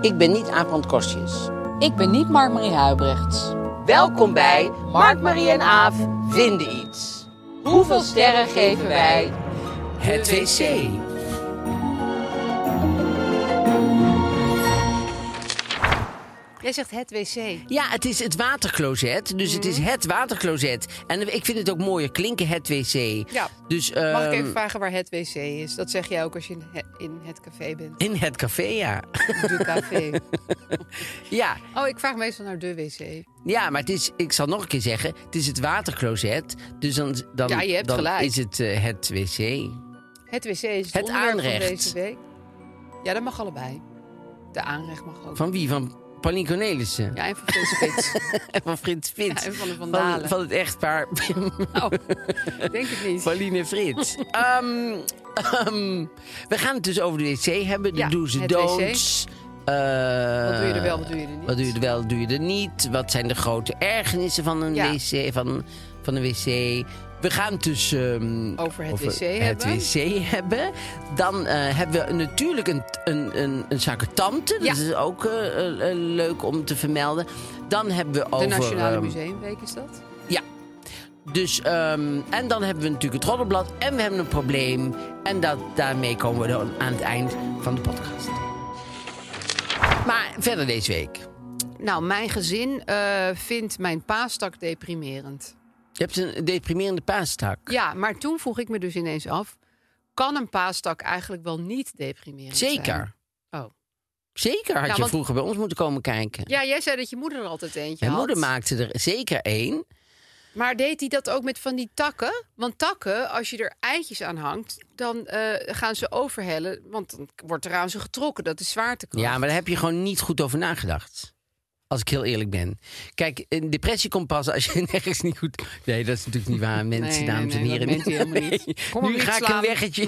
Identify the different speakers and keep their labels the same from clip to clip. Speaker 1: Ik ben niet Aaf Kostjes.
Speaker 2: Ik ben niet Mark-Marie Huibrechts.
Speaker 1: Welkom bij Mark, Marie en Aaf vinden iets. Hoeveel sterren geven wij het wc?
Speaker 3: Jij zegt het wc.
Speaker 1: Ja, het is het watercloset. Dus het is het watercloset. En ik vind het ook mooier klinken, het wc.
Speaker 3: Ja.
Speaker 1: Dus,
Speaker 3: Mag ik
Speaker 1: ehm,
Speaker 3: even vragen waar het wc is? Dat zeg jij ook als je in, he- in het café bent.
Speaker 1: In het café, ja.
Speaker 3: De café.
Speaker 1: ja.
Speaker 3: Oh, ik vraag meestal naar de wc.
Speaker 1: Ja, maar het is, ik zal nog een keer zeggen, het is het watercloset. Dus dan, dan,
Speaker 3: Ja, je hebt
Speaker 1: dan
Speaker 3: gelijk.
Speaker 1: is het eh, het wc.
Speaker 3: Het wc is het,
Speaker 1: Het
Speaker 3: onderwerp
Speaker 1: aanrecht.
Speaker 3: van deze week. Ja, dat mag allebei. De aanrecht mag ook.
Speaker 1: Van wie? Van Pauline Cornelissen?
Speaker 3: Ja, en van Frits Spits.
Speaker 1: En van Frits Frits.
Speaker 3: Ja, en van de Van
Speaker 1: van,
Speaker 3: Dalen.
Speaker 1: van het echtpaar
Speaker 3: oh, denk ik niet.
Speaker 1: Pauline en Frits. Ehm, ehm, we gaan het dus over de wc hebben. De
Speaker 3: Ja,
Speaker 1: do's en
Speaker 3: het wc.
Speaker 1: don'ts. Eh,
Speaker 3: Wat doe je er wel, wat doe je er niet?
Speaker 1: Wat doe je er wel, wat doe je er niet? Wat zijn de grote ergernissen van een
Speaker 3: Ja.
Speaker 1: wc? Van, van een wc? We gaan het dus ehm,
Speaker 3: Over het wc
Speaker 1: het
Speaker 3: hebben.
Speaker 1: wc hebben. Dan eh, hebben we natuurlijk een, een, een, een zakentante. Dat
Speaker 3: Ja.
Speaker 1: is ook eh, eh, eh, leuk om te vermelden. Dan hebben we
Speaker 3: De
Speaker 1: over...
Speaker 3: Nationale
Speaker 1: ehm,
Speaker 3: Museumweek is dat?
Speaker 1: ja. Dus, ehm, en dan hebben we natuurlijk het roddelblad en we hebben een probleem. En dat, daarmee komen we dan aan het eind van de podcast. Maar verder deze week.
Speaker 3: Nou, mijn gezin eh, vindt mijn paastak deprimerend.
Speaker 1: Je hebt een deprimerende paastak.
Speaker 3: Ja, maar toen vroeg ik me dus ineens af... kan een paastak eigenlijk wel niet deprimerend zijn?
Speaker 1: Zeker.
Speaker 3: Oh.
Speaker 1: Zeker had
Speaker 3: Ja,
Speaker 1: je
Speaker 3: want-
Speaker 1: vroeger bij ons moeten komen kijken.
Speaker 3: Ja, jij zei dat je moeder er altijd eentje
Speaker 1: Mijn
Speaker 3: had.
Speaker 1: moeder maakte er zeker één.
Speaker 3: Maar deed hij dat ook met van die takken? Want takken, als je er eitjes aan hangt, dan eh, gaan ze overhellen. Want dan wordt er aan ze getrokken. Dat is zwaartekracht.
Speaker 1: Ja, maar daar heb je gewoon niet goed over nagedacht. Als ik heel eerlijk ben. Kijk, een depressie komt pas als je nergens niet goed... Nee, dat is natuurlijk niet waar, mensen,
Speaker 3: nee,
Speaker 1: dames
Speaker 3: nee,
Speaker 1: en heren.
Speaker 3: dat meent u helemaal niet.
Speaker 1: Nee.
Speaker 3: Kom maar
Speaker 1: nu
Speaker 3: niet
Speaker 1: ga ik
Speaker 3: slaan.
Speaker 1: een weggetje...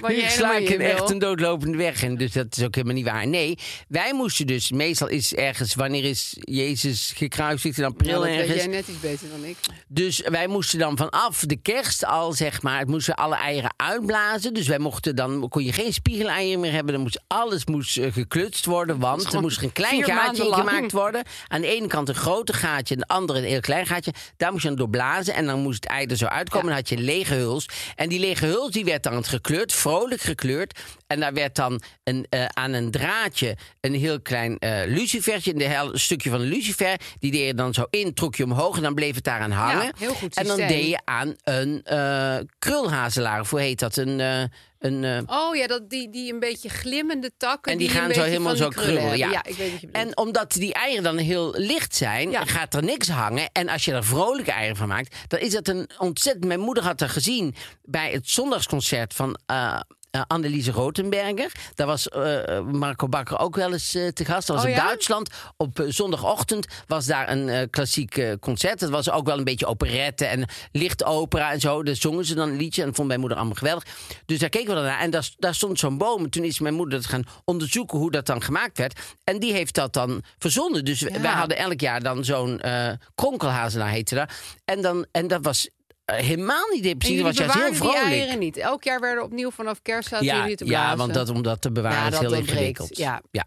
Speaker 3: Waar
Speaker 1: nu
Speaker 3: je
Speaker 1: sla
Speaker 3: helemaal
Speaker 1: ik
Speaker 3: niet
Speaker 1: een
Speaker 3: in wil. Nou,
Speaker 1: echt een doodlopende weg. En dus dat is ook helemaal niet waar. Nee, wij moesten dus... Meestal is ergens... Wanneer is Jezus gekruisigd? In
Speaker 3: Ja,
Speaker 1: april
Speaker 3: dat weet
Speaker 1: ergens.
Speaker 3: jij net iets beter dan ik.
Speaker 1: Dus wij moesten dan vanaf de kerst al, zeg maar, moesten we alle eieren uitblazen. Dus wij mochten dan, kon je geen spiegeleieren meer hebben. Dan moest alles moest, eh, geklutst worden, want er
Speaker 3: gewoon
Speaker 1: moest een klein
Speaker 3: vier
Speaker 1: gaatje
Speaker 3: maanden
Speaker 1: in
Speaker 3: lang.
Speaker 1: gemaakt worden. Aan de ene kant een grote gaatje, aan de andere een heel klein gaatje. Daar moest je dan door blazen en dan moest het ei er zo uitkomen. Dan had je een lege huls. En die lege huls die werd dan gekleurd, vrolijk gekleurd. En daar werd dan een, eh, aan een draadje een heel klein eh lucifertje, een heel stukje van een lucifer. Die deed je dan zo in, trok je omhoog en dan bleef het daaraan hangen.
Speaker 3: Ja, heel goed
Speaker 1: en dan
Speaker 3: systeem.
Speaker 1: deed je aan een eh krulhazelaar, of hoe heet dat? Een, eh, een, eh,
Speaker 3: Oh ja, dat, die, die een beetje glimmende takken.
Speaker 1: en die, gaan
Speaker 3: een
Speaker 1: zo
Speaker 3: beetje
Speaker 1: helemaal
Speaker 3: van
Speaker 1: zo
Speaker 3: die krullen
Speaker 1: krullen. Ja.
Speaker 3: hebben. ik weet wat je bedoelt.
Speaker 1: en omdat die eieren dan heel licht zijn,
Speaker 3: Ja.
Speaker 1: gaat er niks hangen. En als je er vrolijke eieren van maakt, dan is dat een ontzettend. Mijn moeder had dat gezien bij het zondagsconcert van. eh, eh, Anneliese Rotenberger. Daar was eh, Marco Bakker ook wel eens eh, te gast. Dat was
Speaker 3: Oh
Speaker 1: in
Speaker 3: ja?
Speaker 1: Duitsland. Op eh, zondagochtend was daar een eh, klassiek eh, concert. Dat was ook wel een beetje operette en lichtopera en zo. Daar zongen ze dan een liedje en dat vond mijn moeder allemaal geweldig. Dus daar keken we dan naar. En daar, daar stond zo'n boom. En toen is mijn moeder dat gaan onderzoeken hoe dat dan gemaakt werd. En die heeft dat dan verzonnen. Dus we- wij hadden elk jaar dan zo'n eh kronkelhazelaar heette dat. En, dan, en dat was eh, helemaal niet
Speaker 3: En
Speaker 1: depressief.
Speaker 3: jullie
Speaker 1: Dat was juist heel
Speaker 3: bewaarden die
Speaker 1: vrolijk.
Speaker 3: eieren niet. Elk jaar werden opnieuw vanaf kerst zaten
Speaker 1: Ja,
Speaker 3: jullie te blazen.
Speaker 1: ja, want dat, om dat te bewaren
Speaker 3: Ja,
Speaker 1: is
Speaker 3: dat
Speaker 1: heel
Speaker 3: ontbreekt,
Speaker 1: ingewikkeld.
Speaker 3: ja.
Speaker 1: Ja.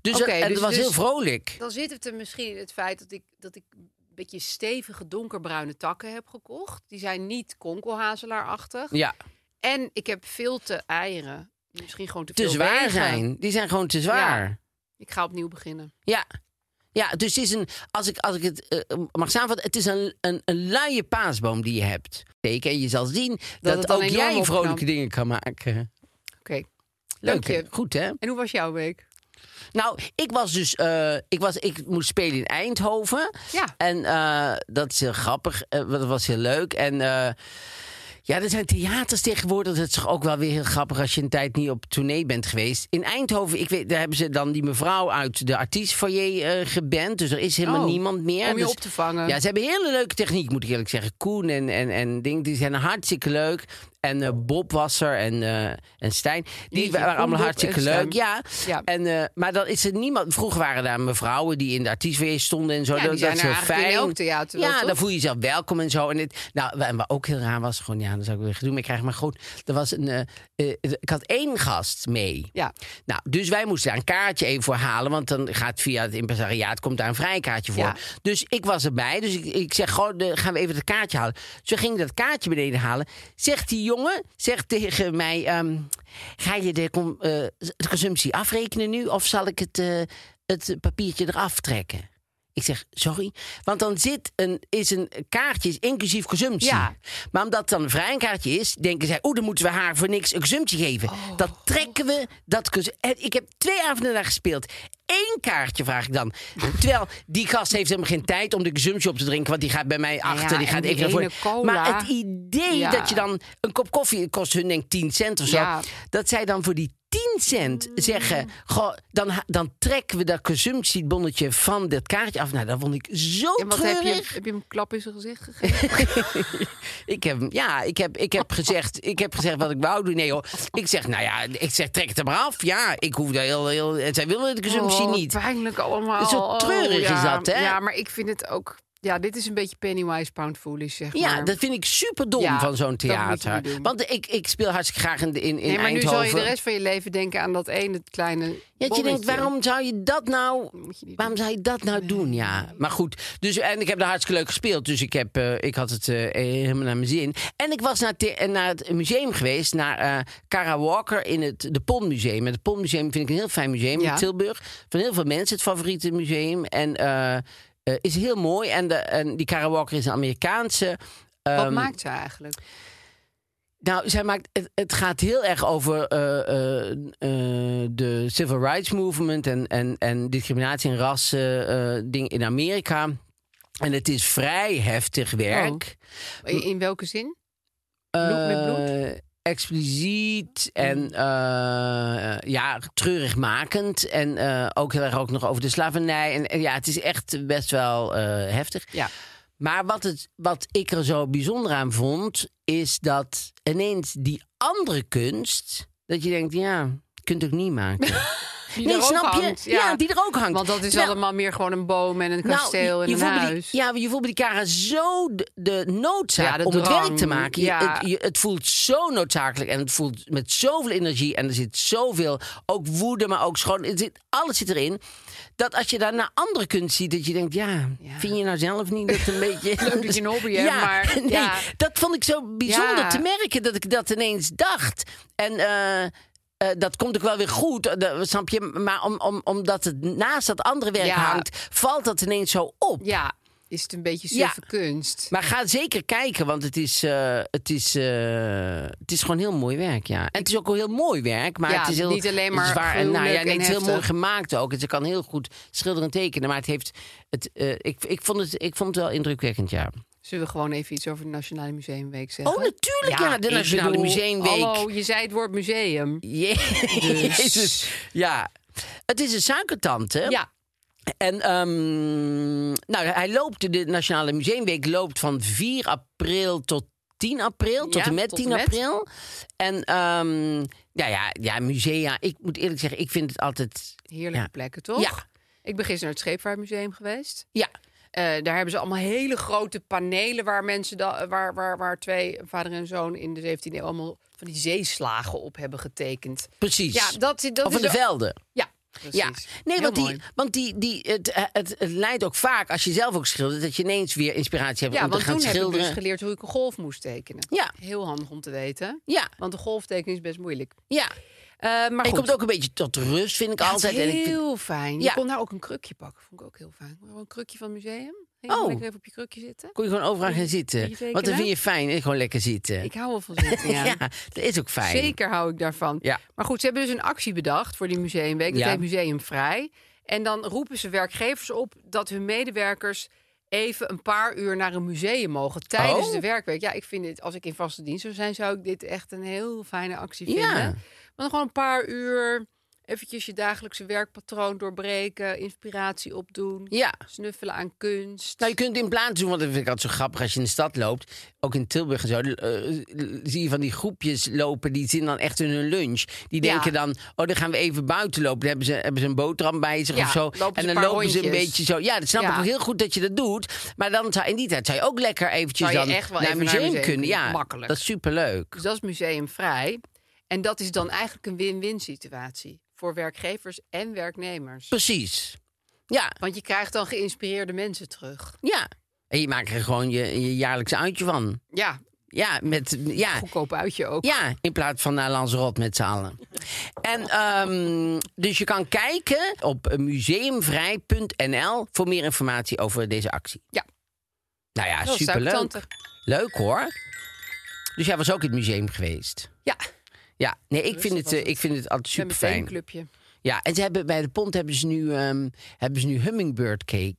Speaker 1: Dus,
Speaker 3: Oké,
Speaker 1: dat- en
Speaker 3: dus-
Speaker 1: het was
Speaker 3: dus-
Speaker 1: heel vrolijk.
Speaker 3: Dan zit het er misschien in het feit dat ik, dat ik beetje stevige donkerbruine takken heb gekocht. Die zijn niet konkelhazelaarachtig.
Speaker 1: Ja,
Speaker 3: En ik heb veel te eieren. die Misschien gewoon te,
Speaker 1: te
Speaker 3: veel
Speaker 1: zwaar
Speaker 3: wegen.
Speaker 1: zijn. Die zijn gewoon te zwaar.
Speaker 3: Ja. Ik ga opnieuw beginnen.
Speaker 1: Ja. Ja, dus het is een, als ik, als ik het eh, mag samenvatten, het is een, een, een luie paasboom die je hebt. Teken, en je zal zien dat,
Speaker 3: het dan
Speaker 1: ook
Speaker 3: enorm
Speaker 1: jij
Speaker 3: opknapt.
Speaker 1: vrolijke dingen kan maken.
Speaker 3: Oké.
Speaker 1: Leuk,
Speaker 3: Dank
Speaker 1: hè?
Speaker 3: je.
Speaker 1: goed hè?
Speaker 3: En hoe was jouw week?
Speaker 1: Nou, ik was dus, eh, ik, was, ik moest spelen in Eindhoven.
Speaker 3: Ja.
Speaker 1: En eh, dat is heel grappig, eh, want dat was heel leuk. En eh, ja, er zijn theaters tegenwoordig, dat is toch ook wel weer heel grappig als je een tijd niet op tournee bent geweest. In Eindhoven, ik weet, daar hebben ze dan die mevrouw uit de artiestfoyer eh geband, dus er is helemaal
Speaker 3: Oh,
Speaker 1: niemand meer.
Speaker 3: om je
Speaker 1: Dus-
Speaker 3: op te vangen.
Speaker 1: Ja, ze hebben hele leuke techniek, moet ik eerlijk zeggen. Koen en, en, en Ding, die zijn hartstikke leuk. En eh, Bob was er en, eh, en Stijn. Die
Speaker 3: Jeetje,
Speaker 1: waren
Speaker 3: Koen,
Speaker 1: allemaal
Speaker 3: Bob
Speaker 1: hartstikke
Speaker 3: en Stijn.
Speaker 1: leuk. Ja.
Speaker 3: Ja.
Speaker 1: En, eh, maar dan is er niemand. Vroeger waren daar mevrouwen die in de artiestweer stonden en zo.
Speaker 3: Ja,
Speaker 1: dat,
Speaker 3: die zijn
Speaker 1: dat
Speaker 3: er
Speaker 1: is heel
Speaker 3: eigenlijk
Speaker 1: fijn.
Speaker 3: in elk theater wel,
Speaker 1: Ja,
Speaker 3: toch?
Speaker 1: dan voel je jezelf welkom en zo. En dit, nou, wa- en wat ook heel raar was, gewoon ja, dat zou ik weer gaan doen. Maar ik krijg maar goed. Er was een, eh, eh, ik had één gast mee.
Speaker 3: Ja.
Speaker 1: Nou, dus wij moesten daar een kaartje even voor halen. Want dan gaat via het impresariaat komt daar een vrijkaartje voor.
Speaker 3: Ja.
Speaker 1: Dus ik was erbij. Dus ik, ik zeg, goh, de- gaan we even dat kaartje halen. Zo ging ik dat kaartje beneden halen. Zegt die jongen, zegt tegen mij... ehm, ga je de, com- eh, de consumptie afrekenen nu? Of zal ik het, eh, het papiertje eraf trekken? Ik zeg, sorry. Want dan zit een, is een kaartje is inclusief consumptie.
Speaker 3: Ja.
Speaker 1: Maar omdat het dan vrij een kaartje is, denken zij... oeh, dan moeten we haar voor niks een consumptie geven.
Speaker 3: Oh.
Speaker 1: dat trekken we. Dat cons- Eh, ik heb twee avonden daar gespeeld. Eén kaartje vraag ik dan. Terwijl die gast heeft helemaal geen tijd om de consumptie op te drinken... want die gaat bij mij achter,
Speaker 3: ja,
Speaker 1: die
Speaker 3: en
Speaker 1: gaat
Speaker 3: die
Speaker 1: even
Speaker 3: ene
Speaker 1: naar voren.
Speaker 3: cola.
Speaker 1: Maar het idee
Speaker 3: Ja.
Speaker 1: dat je dan... een kop koffie het kost hun denk ik 10 cent of zo.
Speaker 3: Ja. Mm.
Speaker 1: Dat zij dan voor die 10 cent zeggen... Goh, dan, ha- dan trekken we dat consumptiebonnetje van dat kaartje af. Nou, dat vond ik zo
Speaker 3: En wat heb
Speaker 1: treurig.
Speaker 3: je, heb je hem een klap in zijn gezicht gegeven?
Speaker 1: Ik heb, ja, ik heb, ik heb gezegd, ik heb gezegd wat ik wou doen. Nee hoor. Ik zeg, nou ja, ik zeg, trek het er maar af. Ja, ik hoef daar heel, heel. En zij wilde de consumptie
Speaker 3: Oh,
Speaker 1: niet.
Speaker 3: Pijnlijk allemaal.
Speaker 1: Zo treurig
Speaker 3: Oh,
Speaker 1: is
Speaker 3: ja.
Speaker 1: dat, hè?
Speaker 3: Ja, maar ik vind het ook... Ja, dit is een beetje Pennywise Pound Foolish, zeg maar.
Speaker 1: Ja, dat vind ik super dom
Speaker 3: Ja,
Speaker 1: van zo'n
Speaker 3: dat moet je niet
Speaker 1: theater.
Speaker 3: doen.
Speaker 1: Want ik, ik speel hartstikke graag in, in, in
Speaker 3: Nee, maar
Speaker 1: Eindhoven.
Speaker 3: nu zal je de rest van je leven denken aan dat ene kleine
Speaker 1: Ja, dat je denkt,
Speaker 3: bonnetje.
Speaker 1: waarom zou je dat nou...
Speaker 3: moet je niet
Speaker 1: Waarom zou je dat nou doen? Ja, maar goed. Dus, en ik heb daar hartstikke leuk gespeeld. Dus ik, heb, eh, ik had het eh, helemaal naar mijn zin. En ik was naar, het- eh, naar het museum geweest. Naar eh Cara Walker in het de Pon Museum. En het Pon Museum vind ik een heel fijn museum
Speaker 3: Ja.
Speaker 1: in Tilburg. Van heel veel mensen het favoriete museum. En eh, eh, is heel mooi. En, de, en die Cara Walker is een Amerikaanse...
Speaker 3: Wat
Speaker 1: ehm,
Speaker 3: maakt ze eigenlijk?
Speaker 1: nou, zij maakt, het, het gaat heel erg over eh, eh, eh, de civil rights movement en, en, en discriminatie en rassen eh, ding in Amerika. En het is vrij heftig werk.
Speaker 3: In, in welke zin? bloed met bloed?
Speaker 1: Eh, expliciet en eh, ja, treurigmakend. En eh, ook heel erg ook nog over de slavernij. En, en ja, het is echt best wel eh, heftig.
Speaker 3: Ja.
Speaker 1: Maar wat, het, wat ik er zo bijzonder aan vond, is dat ineens die andere kunst, dat je denkt, ja, je kunt het ook niet maken.
Speaker 3: Die
Speaker 1: nee,
Speaker 3: er ook
Speaker 1: snap je?
Speaker 3: hangt,
Speaker 1: Ja. die er ook hangt. Nou,
Speaker 3: Want dat is
Speaker 1: Terwijl-
Speaker 3: allemaal meer gewoon een boom en een
Speaker 1: Nou,
Speaker 3: kasteel
Speaker 1: je-
Speaker 3: en
Speaker 1: je
Speaker 3: een
Speaker 1: voelt bij die-
Speaker 3: huis.
Speaker 1: ja, maar je voelt bij die Kara zo de, de noodzaak
Speaker 3: Ja, de
Speaker 1: om het
Speaker 3: drang.
Speaker 1: werk te maken. Je-
Speaker 3: Ja.
Speaker 1: het, je- het voelt zo noodzakelijk en het voelt met zoveel energie en er zit zoveel, ook woede, maar ook schoon. Het zit, alles zit erin. Dat als je daarna andere kunt zien, dat je denkt, ja, vind je nou zelf niet dat een beetje...
Speaker 3: Leuk dat je een hobby hebt, maar
Speaker 1: nee,
Speaker 3: ja.
Speaker 1: dat vond ik zo bijzonder
Speaker 3: Ja.
Speaker 1: te merken dat ik dat ineens dacht. En eh, eh, dat komt ook wel weer goed, eh, dat- snap je? Maar om, om, omdat het naast dat andere werk
Speaker 3: Ja.
Speaker 1: hangt, valt dat ineens zo op.
Speaker 3: Ja, is het een beetje
Speaker 1: Ja.
Speaker 3: suffe kunst.
Speaker 1: Maar ga zeker kijken, want het is, eh, het, is, eh, het is gewoon heel mooi werk, ja. En het is ook wel heel mooi werk, maar
Speaker 3: Ja,
Speaker 1: het is heel
Speaker 3: niet alleen maar
Speaker 1: het is en, nou,
Speaker 3: gruwelijk
Speaker 1: ja, nee, Het
Speaker 3: en
Speaker 1: is heel mooi
Speaker 3: heftig.
Speaker 1: gemaakt ook. Het kan heel goed schilderen en tekenen, maar het heeft, het, eh, ik, ik, vond het, ik vond het wel indrukwekkend, ja.
Speaker 3: Zullen we gewoon even iets over de Nationale Museumweek zeggen?
Speaker 1: Oh, natuurlijk, ja, de
Speaker 3: ik
Speaker 1: Nationale
Speaker 3: bedoel,
Speaker 1: Museumweek.
Speaker 3: Hallo, je zei het woord museum.
Speaker 1: Je- Jezus, ja. Het is een suikertante.
Speaker 3: Ja,
Speaker 1: En ehm, nou, hij loopt, de Nationale Museumweek loopt van 4 april tot 10 april. Tot
Speaker 3: Ja,
Speaker 1: en met
Speaker 3: tot
Speaker 1: 10
Speaker 3: en met.
Speaker 1: april. En ehm, ja, ja, ja, musea. Ik moet eerlijk zeggen, ik vind het altijd...
Speaker 3: heerlijke
Speaker 1: Ja.
Speaker 3: plekken, toch?
Speaker 1: Ja.
Speaker 3: Ik ben gisteren naar het Scheepvaartmuseum geweest.
Speaker 1: Ja,
Speaker 3: Eh, daar hebben ze allemaal hele grote panelen waar mensen da- waar, waar, waar twee, een vader en zoon in de 17e eeuw allemaal van die zeeslagen op hebben getekend.
Speaker 1: precies.
Speaker 3: Ja, dat, dat
Speaker 1: of
Speaker 3: is
Speaker 1: in de
Speaker 3: ook-
Speaker 1: velden.
Speaker 3: Ja, Precies.
Speaker 1: Ja, nee,
Speaker 3: Heel
Speaker 1: want, die,
Speaker 3: mooi.
Speaker 1: want die, die, het, het, het leidt ook vaak, als je zelf ook schildert, dat je ineens weer inspiratie hebt
Speaker 3: Ja,
Speaker 1: om te
Speaker 3: want
Speaker 1: gaan
Speaker 3: toen heb ik
Speaker 1: schilderen.
Speaker 3: dus geleerd hoe ik een golf moest tekenen.
Speaker 1: Ja.
Speaker 3: Heel handig om te weten.
Speaker 1: Ja.
Speaker 3: Want de golftekening is best moeilijk.
Speaker 1: ja.
Speaker 3: Eh, maar
Speaker 1: En je
Speaker 3: goed.
Speaker 1: komt ook een beetje tot rust, vind ik
Speaker 3: Ja, het is
Speaker 1: altijd. En ik vind-
Speaker 3: heel fijn.
Speaker 1: Ja.
Speaker 3: Je kon daar ook een krukje pakken. Vond ik ook heel fijn. Gewoon Een krukje van het museum.
Speaker 1: Oh.
Speaker 3: Helemaal lekker even op je krukje zitten.
Speaker 1: kon je gewoon overal gaan
Speaker 3: Kun
Speaker 1: zitten.
Speaker 3: je tekenen?
Speaker 1: Want dan vind je fijn dat je gewoon lekker zitten.
Speaker 3: Ik hou wel van zitten, ja.
Speaker 1: ja. dat is ook fijn.
Speaker 3: Zeker hou ik daarvan.
Speaker 1: Ja.
Speaker 3: Maar goed, ze hebben dus een actie bedacht voor die museumweek. Dat
Speaker 1: Ja.
Speaker 3: heet Museumvrij. En dan roepen ze werkgevers op dat hun medewerkers even een paar uur naar een museum mogen tijdens
Speaker 1: Oh.
Speaker 3: de werkweek. Ja, ik vind dit, als ik in vaste dienst zou zijn, zou ik dit echt een heel fijne actie
Speaker 1: Ja.
Speaker 3: vinden. Maar dan gewoon een paar uur eventjes je dagelijkse werkpatroon doorbreken, inspiratie opdoen,
Speaker 1: Ja.
Speaker 3: snuffelen aan kunst.
Speaker 1: Nou, je kunt het in plaats doen, want dat vind ik altijd zo grappig als je in de stad loopt. Ook in Tilburg en zo. eh, zie je van die groepjes lopen, die zien dan echt in hun lunch. Die
Speaker 3: Ja.
Speaker 1: denken dan, oh, dan gaan we even buiten lopen. Dan hebben ze, hebben ze een boterham bij zich
Speaker 3: Ja,
Speaker 1: of zo.
Speaker 3: lopen ze
Speaker 1: En
Speaker 3: een
Speaker 1: dan
Speaker 3: paar
Speaker 1: lopen ze een
Speaker 3: rondjes.
Speaker 1: beetje zo. Ja, dat snap
Speaker 3: Ja.
Speaker 1: ik ook heel goed dat je dat doet. Maar dan zou, in die tijd zou je ook lekker eventjes
Speaker 3: Zou je
Speaker 1: dan
Speaker 3: echt wel
Speaker 1: naar
Speaker 3: even
Speaker 1: een
Speaker 3: naar
Speaker 1: museum,
Speaker 3: een museum
Speaker 1: kunnen.
Speaker 3: kunnen,
Speaker 1: Ja,
Speaker 3: makkelijk.
Speaker 1: dat is superleuk.
Speaker 3: Dus dat is museumvrij. En dat is dan eigenlijk een win-win situatie voor werkgevers en werknemers.
Speaker 1: Precies. Ja,
Speaker 3: Want je krijgt dan geïnspireerde mensen terug.
Speaker 1: ja. En je maakt er gewoon je, je jaarlijkse uitje van.
Speaker 3: Ja,
Speaker 1: Ja, met, ja,
Speaker 3: goedkoop uitje ook.
Speaker 1: Ja, in plaats van naar Lanzarote met z'n allen. En, ehm, dus je kan kijken op museumvrij.nl voor meer informatie over deze actie.
Speaker 3: Ja.
Speaker 1: Nou ja,
Speaker 3: Heel
Speaker 1: superleuk.
Speaker 3: suikertantig.
Speaker 1: Leuk hoor. Dus jij was ook in het museum geweest.
Speaker 3: Ja,
Speaker 1: Ja, nee, ik vind
Speaker 3: Rustig
Speaker 1: het,
Speaker 3: was
Speaker 1: eh,
Speaker 3: het.
Speaker 1: ik vind het altijd
Speaker 3: met
Speaker 1: super
Speaker 3: mijn fijne
Speaker 1: fijn.
Speaker 3: clubje.
Speaker 1: Ja, en ze hebben, bij de pont hebben ze, nu, ehm, hebben ze nu hummingbird cake.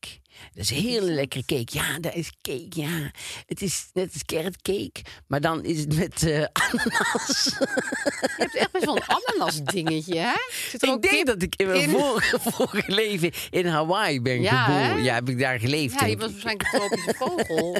Speaker 1: Dat is een hele lekkere cake. Ja, dat is cake, ja. Het is net als carrot cake, maar dan is het met eh, ananas.
Speaker 3: Je hebt echt best wel een ananas dingetje, hè? Zit er
Speaker 1: Ik
Speaker 3: ook
Speaker 1: denk
Speaker 3: kip
Speaker 1: dat ik in mijn
Speaker 3: in?
Speaker 1: vorige, vorige leven in Hawaii ben
Speaker 3: Ja,
Speaker 1: geboren.
Speaker 3: hè?
Speaker 1: Ja, heb ik daar geleefd.
Speaker 3: Ja,
Speaker 1: en
Speaker 3: je
Speaker 1: ik-
Speaker 3: was waarschijnlijk een tropische vogel.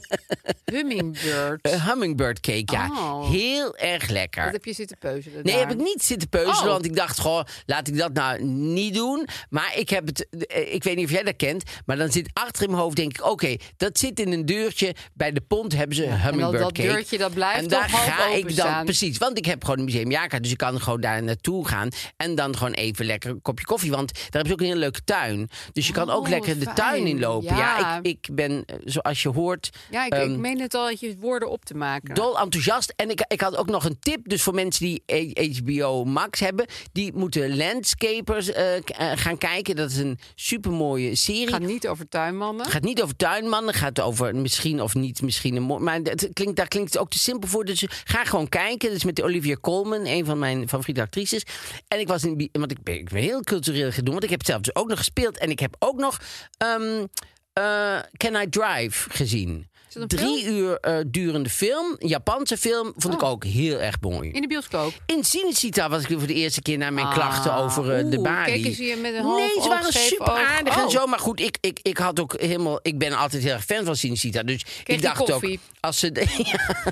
Speaker 3: Hummingbird.
Speaker 1: Eh, hummingbird cake, ja.
Speaker 3: Oh.
Speaker 1: Heel erg lekker.
Speaker 3: Dat heb je zitten peuzelen
Speaker 1: Nee,
Speaker 3: daar.
Speaker 1: heb ik niet zitten peuzelen,
Speaker 3: Oh.
Speaker 1: want ik dacht, goh, laat ik dat nou niet doen. Maar ik heb het, eh, ik weet niet of jij dat kent, maar dan zit achter in mijn hoofd, denk ik, oké, dat zit in een deurtje. Bij de pont hebben ze hummingbird
Speaker 3: dat
Speaker 1: cake.
Speaker 3: deurtje, dat blijft
Speaker 1: En daar
Speaker 3: toch half
Speaker 1: ga ik dan,
Speaker 3: openstaan.
Speaker 1: precies, want ik heb gewoon een museumjaarkaart, dus ik kan gewoon daar naartoe gaan. En dan gewoon even lekker een kopje koffie, want daar hebben ze ook een hele leuke tuin. Dus je kan
Speaker 3: Oh,
Speaker 1: ook lekker de
Speaker 3: fijn.
Speaker 1: tuin inlopen. Ja,
Speaker 3: Ja.
Speaker 1: ik, ik ben, eh, zoals je hoort...
Speaker 3: Ja, ik,
Speaker 1: ehm,
Speaker 3: ik meen het al dat je woorden op te maken.
Speaker 1: dol enthousiast. En ik, ik had ook nog een tip. Dus voor mensen die H- HBO Max hebben, die moeten Landscapers eh, k- eh, gaan kijken. Dat is een supermooie serie.
Speaker 3: Gaat niet over tuinmannen.
Speaker 1: Het gaat niet over tuinmannen, het gaat over misschien of niet misschien een moord. Maar het klinkt, daar klinkt het ook te simpel voor. Dus ga gewoon kijken. Dat is met Olivia Colman, een van mijn favoriete actrices. En ik was in, die- want ik ben, ik ben heel cultureel gedoe, want ik heb zelf dus ook nog gespeeld. En ik heb ook nog ehm, eh, Can I Drive gezien.
Speaker 3: dat een
Speaker 1: Drie uur eh, durende film, een Japanse film, vond
Speaker 3: Oh.
Speaker 1: ik ook heel erg mooi.
Speaker 3: In de bioscoop.
Speaker 1: In Cinecittà was ik weer voor de eerste keer naar mijn klachten over eh, de
Speaker 3: Ah, oeh,
Speaker 1: balie.
Speaker 3: keken ze je met een half
Speaker 1: Nee, ze
Speaker 3: oog,
Speaker 1: waren
Speaker 3: scheef
Speaker 1: super
Speaker 3: oog?
Speaker 1: aardig en
Speaker 3: Oh.
Speaker 1: zo. Maar goed, ik, ik, ik had ook helemaal... Ik ben altijd heel erg fan van Cinecittà. Dus ik
Speaker 3: je
Speaker 1: dacht
Speaker 3: koffie?
Speaker 1: ook... Als ze, ja,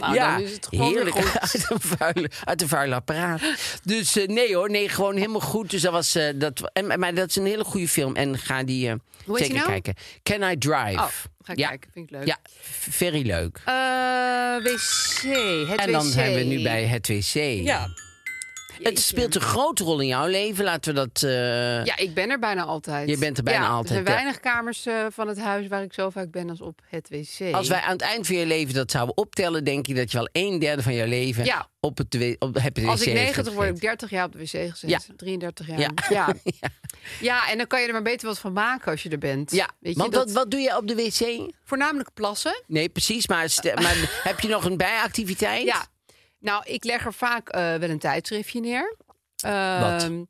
Speaker 3: Nou,
Speaker 1: ja,
Speaker 3: dan is het gewoon weer
Speaker 1: heerlijk.
Speaker 3: goed.
Speaker 1: Uit een, vuile, uit een vuile apparaat. Dus eh, nee hoor, nee, gewoon helemaal goed. Dus dat was... eh, dat, en, maar dat is een hele goede film. En ga die eh,
Speaker 3: Hoe heet
Speaker 1: zeker
Speaker 3: die nou?
Speaker 1: kijken. Can I Drive?
Speaker 3: Oh, ga ik
Speaker 1: ja.
Speaker 3: kijken. Vind ik leuk.
Speaker 1: Ja, very leuk.
Speaker 3: Eh, wc. Het
Speaker 1: en dan
Speaker 3: wc.
Speaker 1: zijn we nu bij het wc.
Speaker 3: Ja.
Speaker 1: Het speelt een grote rol in jouw leven. Laten we dat. eh,
Speaker 3: Ja, ik ben er bijna altijd.
Speaker 1: Je bent er bijna
Speaker 3: Ja,
Speaker 1: altijd,
Speaker 3: Er zijn
Speaker 1: ja.
Speaker 3: weinig kamers eh, van het huis waar ik zo vaak ben als op het wc.
Speaker 1: Als wij aan het eind van je leven dat zouden optellen, denk je dat je wel een derde van je leven
Speaker 3: Ja.
Speaker 1: op het we- op het wc
Speaker 3: als ik
Speaker 1: heeft
Speaker 3: 90 word, heb
Speaker 1: gezeten.
Speaker 3: ik 30 jaar op de wc gezeten.
Speaker 1: Ja.
Speaker 3: 33 jaar.
Speaker 1: Ja.
Speaker 3: Ja. Ja. en dan kan je er maar beter wat van maken als je er bent.
Speaker 1: Ja,
Speaker 3: Weet je,
Speaker 1: want
Speaker 3: dat,
Speaker 1: wat, wat doe je op de wc?
Speaker 3: Voornamelijk plassen.
Speaker 1: Nee, precies, maar, ste- maar heb je nog een bijactiviteit?
Speaker 3: Ja. Nou, ik leg er vaak eh, wel een tijdschriftje neer. Ehm,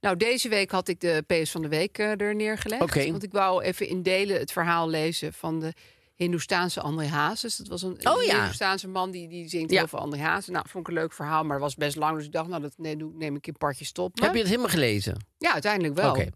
Speaker 3: Nou, deze week had ik de PS van de Week eh, er neergelegd.
Speaker 1: Oké.
Speaker 3: Want ik wou even in delen het verhaal lezen van de Hindoestaanse André Hazes. Dat was een
Speaker 1: Oh, ja.
Speaker 3: Hindoestaanse man die, die zingt
Speaker 1: Ja.
Speaker 3: heel veel André Hazes. Nou, vond ik een leuk verhaal, maar dat was best lang. Dus ik dacht, nou, dat ne- doe- neem ik in partjes stop.
Speaker 1: Heb je het helemaal gelezen?
Speaker 3: Ja, uiteindelijk wel.
Speaker 1: Oké.
Speaker 3: Eh,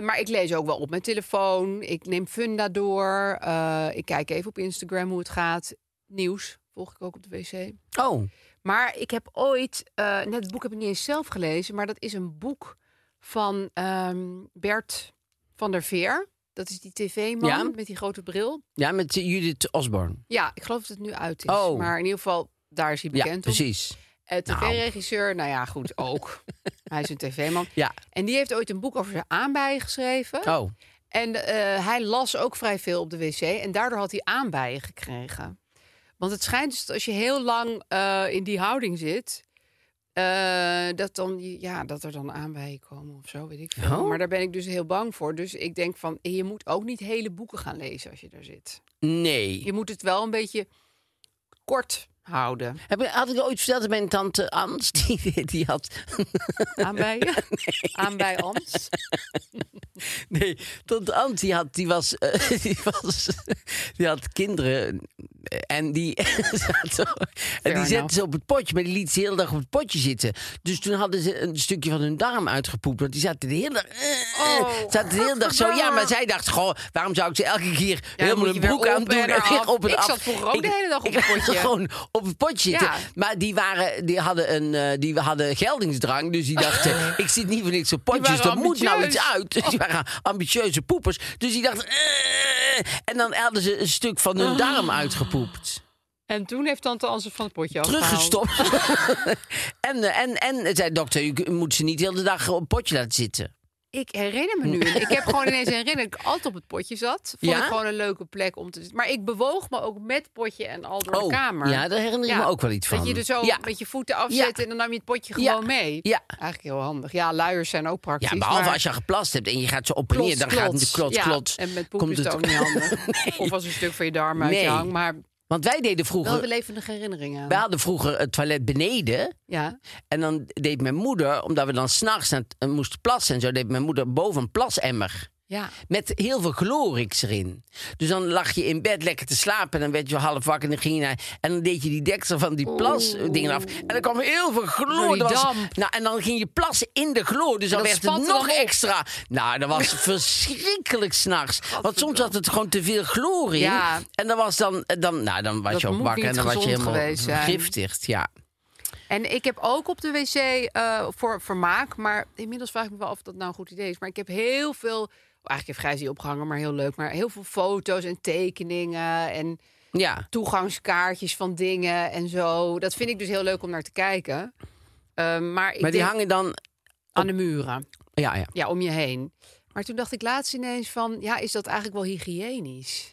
Speaker 3: maar ik lees ook wel op mijn telefoon. Ik neem Funda door. Eh, ik kijk even op Instagram hoe het gaat. Nieuws volg ik ook op de wc.
Speaker 1: Oh,
Speaker 3: Maar ik heb ooit, eh, net het boek heb ik niet eens zelf gelezen, maar dat is een boek van ehm, Bert van der Veer. Dat is die tv-man
Speaker 1: Ja.
Speaker 3: met die grote bril.
Speaker 1: ja, met eh, Judith Osborne.
Speaker 3: Ja, ik geloof dat het nu uit is.
Speaker 1: Oh.
Speaker 3: Maar in ieder geval, daar is hij
Speaker 1: Ja,
Speaker 3: bekend om.
Speaker 1: precies.
Speaker 3: Eh, Eh, TV-regisseur, nou ja, goed, ook. hij is een tv-man.
Speaker 1: Ja.
Speaker 3: En die heeft ooit een boek over zijn aanbijen geschreven.
Speaker 1: Oh,
Speaker 3: En eh, hij las ook vrij veel op de wc. En daardoor had hij aanbijen gekregen. Want het schijnt dus dat als je heel lang eh, in die houding zit... eh, dat, dan, ja, dat er dan aanbijen komen of zo, weet ik veel.
Speaker 1: Oh.
Speaker 3: Maar daar ben ik dus heel bang voor. Dus ik denk van, je moet ook niet hele boeken gaan lezen als je daar zit.
Speaker 1: nee.
Speaker 3: Je moet het wel een beetje kort houden.
Speaker 1: Heb, ik- had ik ooit verteld dat mijn tante Ans, die, die had...
Speaker 3: Aanbijen? Aanbij ons.
Speaker 1: Nee, tante Ans, die had, die was, eh, die was, die had kinderen eh, en die zaten, en die zetten
Speaker 3: enough.
Speaker 1: ze op het potje, maar die liet ze de hele dag op het potje zitten. Dus toen hadden ze een stukje van hun darm uitgepoept, want die zaten de hele dag, eh, eh,
Speaker 3: Oh,
Speaker 1: zaten de hele dag zo. Ja, maar
Speaker 3: gadverdamme.
Speaker 1: zij dacht, goh, waarom zou ik ze elke keer
Speaker 3: dan
Speaker 1: helemaal
Speaker 3: moet
Speaker 1: een
Speaker 3: je weer
Speaker 1: broek
Speaker 3: op
Speaker 1: aan doen
Speaker 3: en
Speaker 1: en weer
Speaker 3: eraf.
Speaker 1: op en
Speaker 3: Ik
Speaker 1: af?
Speaker 3: zat vroeger ook de hele dag op
Speaker 1: ik
Speaker 3: het
Speaker 1: wilde
Speaker 3: potje.
Speaker 1: gewoon op het potje zitten.
Speaker 3: Ja.
Speaker 1: Maar die waren, die hadden een, eh, die hadden geldingsdrang, dus die dachten, ik zit niet voor niks op potjes,
Speaker 3: waren
Speaker 1: er moet nou iets
Speaker 3: ambitieus. Oh.
Speaker 1: uit. Die waren ambitieuze poepers. Dus die dachten. "Eh." en dan hadden ze een stuk van
Speaker 3: Oh.
Speaker 1: hun darm uitgepoept.
Speaker 3: En toen heeft tante Anse van het potje afgehaald.
Speaker 1: Teruggestopt. en, eh, en, en zei dokter, u moet ze niet de hele dag op het potje laten zitten.
Speaker 3: Ik herinner me nu. Ik heb gewoon ineens herinnerd dat ik altijd op het potje zat. Vond
Speaker 1: Ja?
Speaker 3: ik gewoon een leuke plek om te zitten. Maar ik bewoog me ook met potje en al door de
Speaker 1: Oh,
Speaker 3: kamer.
Speaker 1: ja, daar herinner ik me ook wel iets van.
Speaker 3: Dat je er zo
Speaker 1: Ja.
Speaker 3: met je voeten afzet
Speaker 1: Ja.
Speaker 3: en dan nam je het potje
Speaker 1: Ja.
Speaker 3: gewoon mee.
Speaker 1: Ja.
Speaker 3: Eigenlijk heel handig. Ja, luiers zijn ook praktisch.
Speaker 1: Ja, behalve
Speaker 3: maar
Speaker 1: als je geplast hebt en je gaat zo op en
Speaker 3: klots,
Speaker 1: neer, dan gaat het
Speaker 3: klots.
Speaker 1: klots,
Speaker 3: Ja,
Speaker 1: klots.
Speaker 3: En met poep
Speaker 1: komt
Speaker 3: is het ook niet handig. Of als een stuk van je darm uit
Speaker 1: Nee.
Speaker 3: je hang. Maar
Speaker 1: Want wij deden
Speaker 3: wel
Speaker 1: vroeger,
Speaker 3: de levendige herinneringen aan.
Speaker 1: wij hadden vroeger het toilet beneden.
Speaker 3: Ja.
Speaker 1: En dan deed mijn moeder, omdat we dan s'nachts moesten plassen en zo, deed mijn moeder boven een plasemmer.
Speaker 3: ja.
Speaker 1: Met heel veel Glorix erin. Dus dan lag je in bed lekker te slapen. En dan werd je half wakker. En dan, ging je naar, en dan deed je die deksel van die plas eh, dingen af. En dan kwam heel veel
Speaker 3: Zo
Speaker 1: chloor.
Speaker 3: die
Speaker 1: Er was-
Speaker 3: damp.
Speaker 1: Nou, en dan ging je plassen in de chloor. Dus dan
Speaker 3: dat
Speaker 1: werd het
Speaker 3: spatte
Speaker 1: nog
Speaker 3: dan op.
Speaker 1: extra. Nou, dat was verschrikkelijk s'nachts. Want soms had het gewoon te veel chloor in.
Speaker 3: Ja.
Speaker 1: En dan was, dan, eh, dan, nou, dan was
Speaker 3: Dat
Speaker 1: je ook
Speaker 3: moet
Speaker 1: wakker. En
Speaker 3: niet
Speaker 1: dan was je
Speaker 3: gezond
Speaker 1: helemaal
Speaker 3: geweest zijn.
Speaker 1: vergiftigd. Ja.
Speaker 3: En ik heb ook op de wc eh, voor vermaak, maar inmiddels vraag ik me wel of dat nou een goed idee is. Maar ik heb heel veel, oh, eigenlijk heeft Gijs die opgehangen, maar heel leuk, maar heel veel foto's en tekeningen en
Speaker 1: ja.
Speaker 3: toegangskaartjes van dingen en zo. Dat vind ik dus heel leuk om naar te kijken. Eh, maar ik
Speaker 1: Maar die
Speaker 3: denk-
Speaker 1: hangen dan...
Speaker 3: aan de muren,
Speaker 1: Ja, ja.
Speaker 3: ja, om je heen. Maar toen dacht ik laatst ineens van, ja, is dat eigenlijk wel hygiënisch?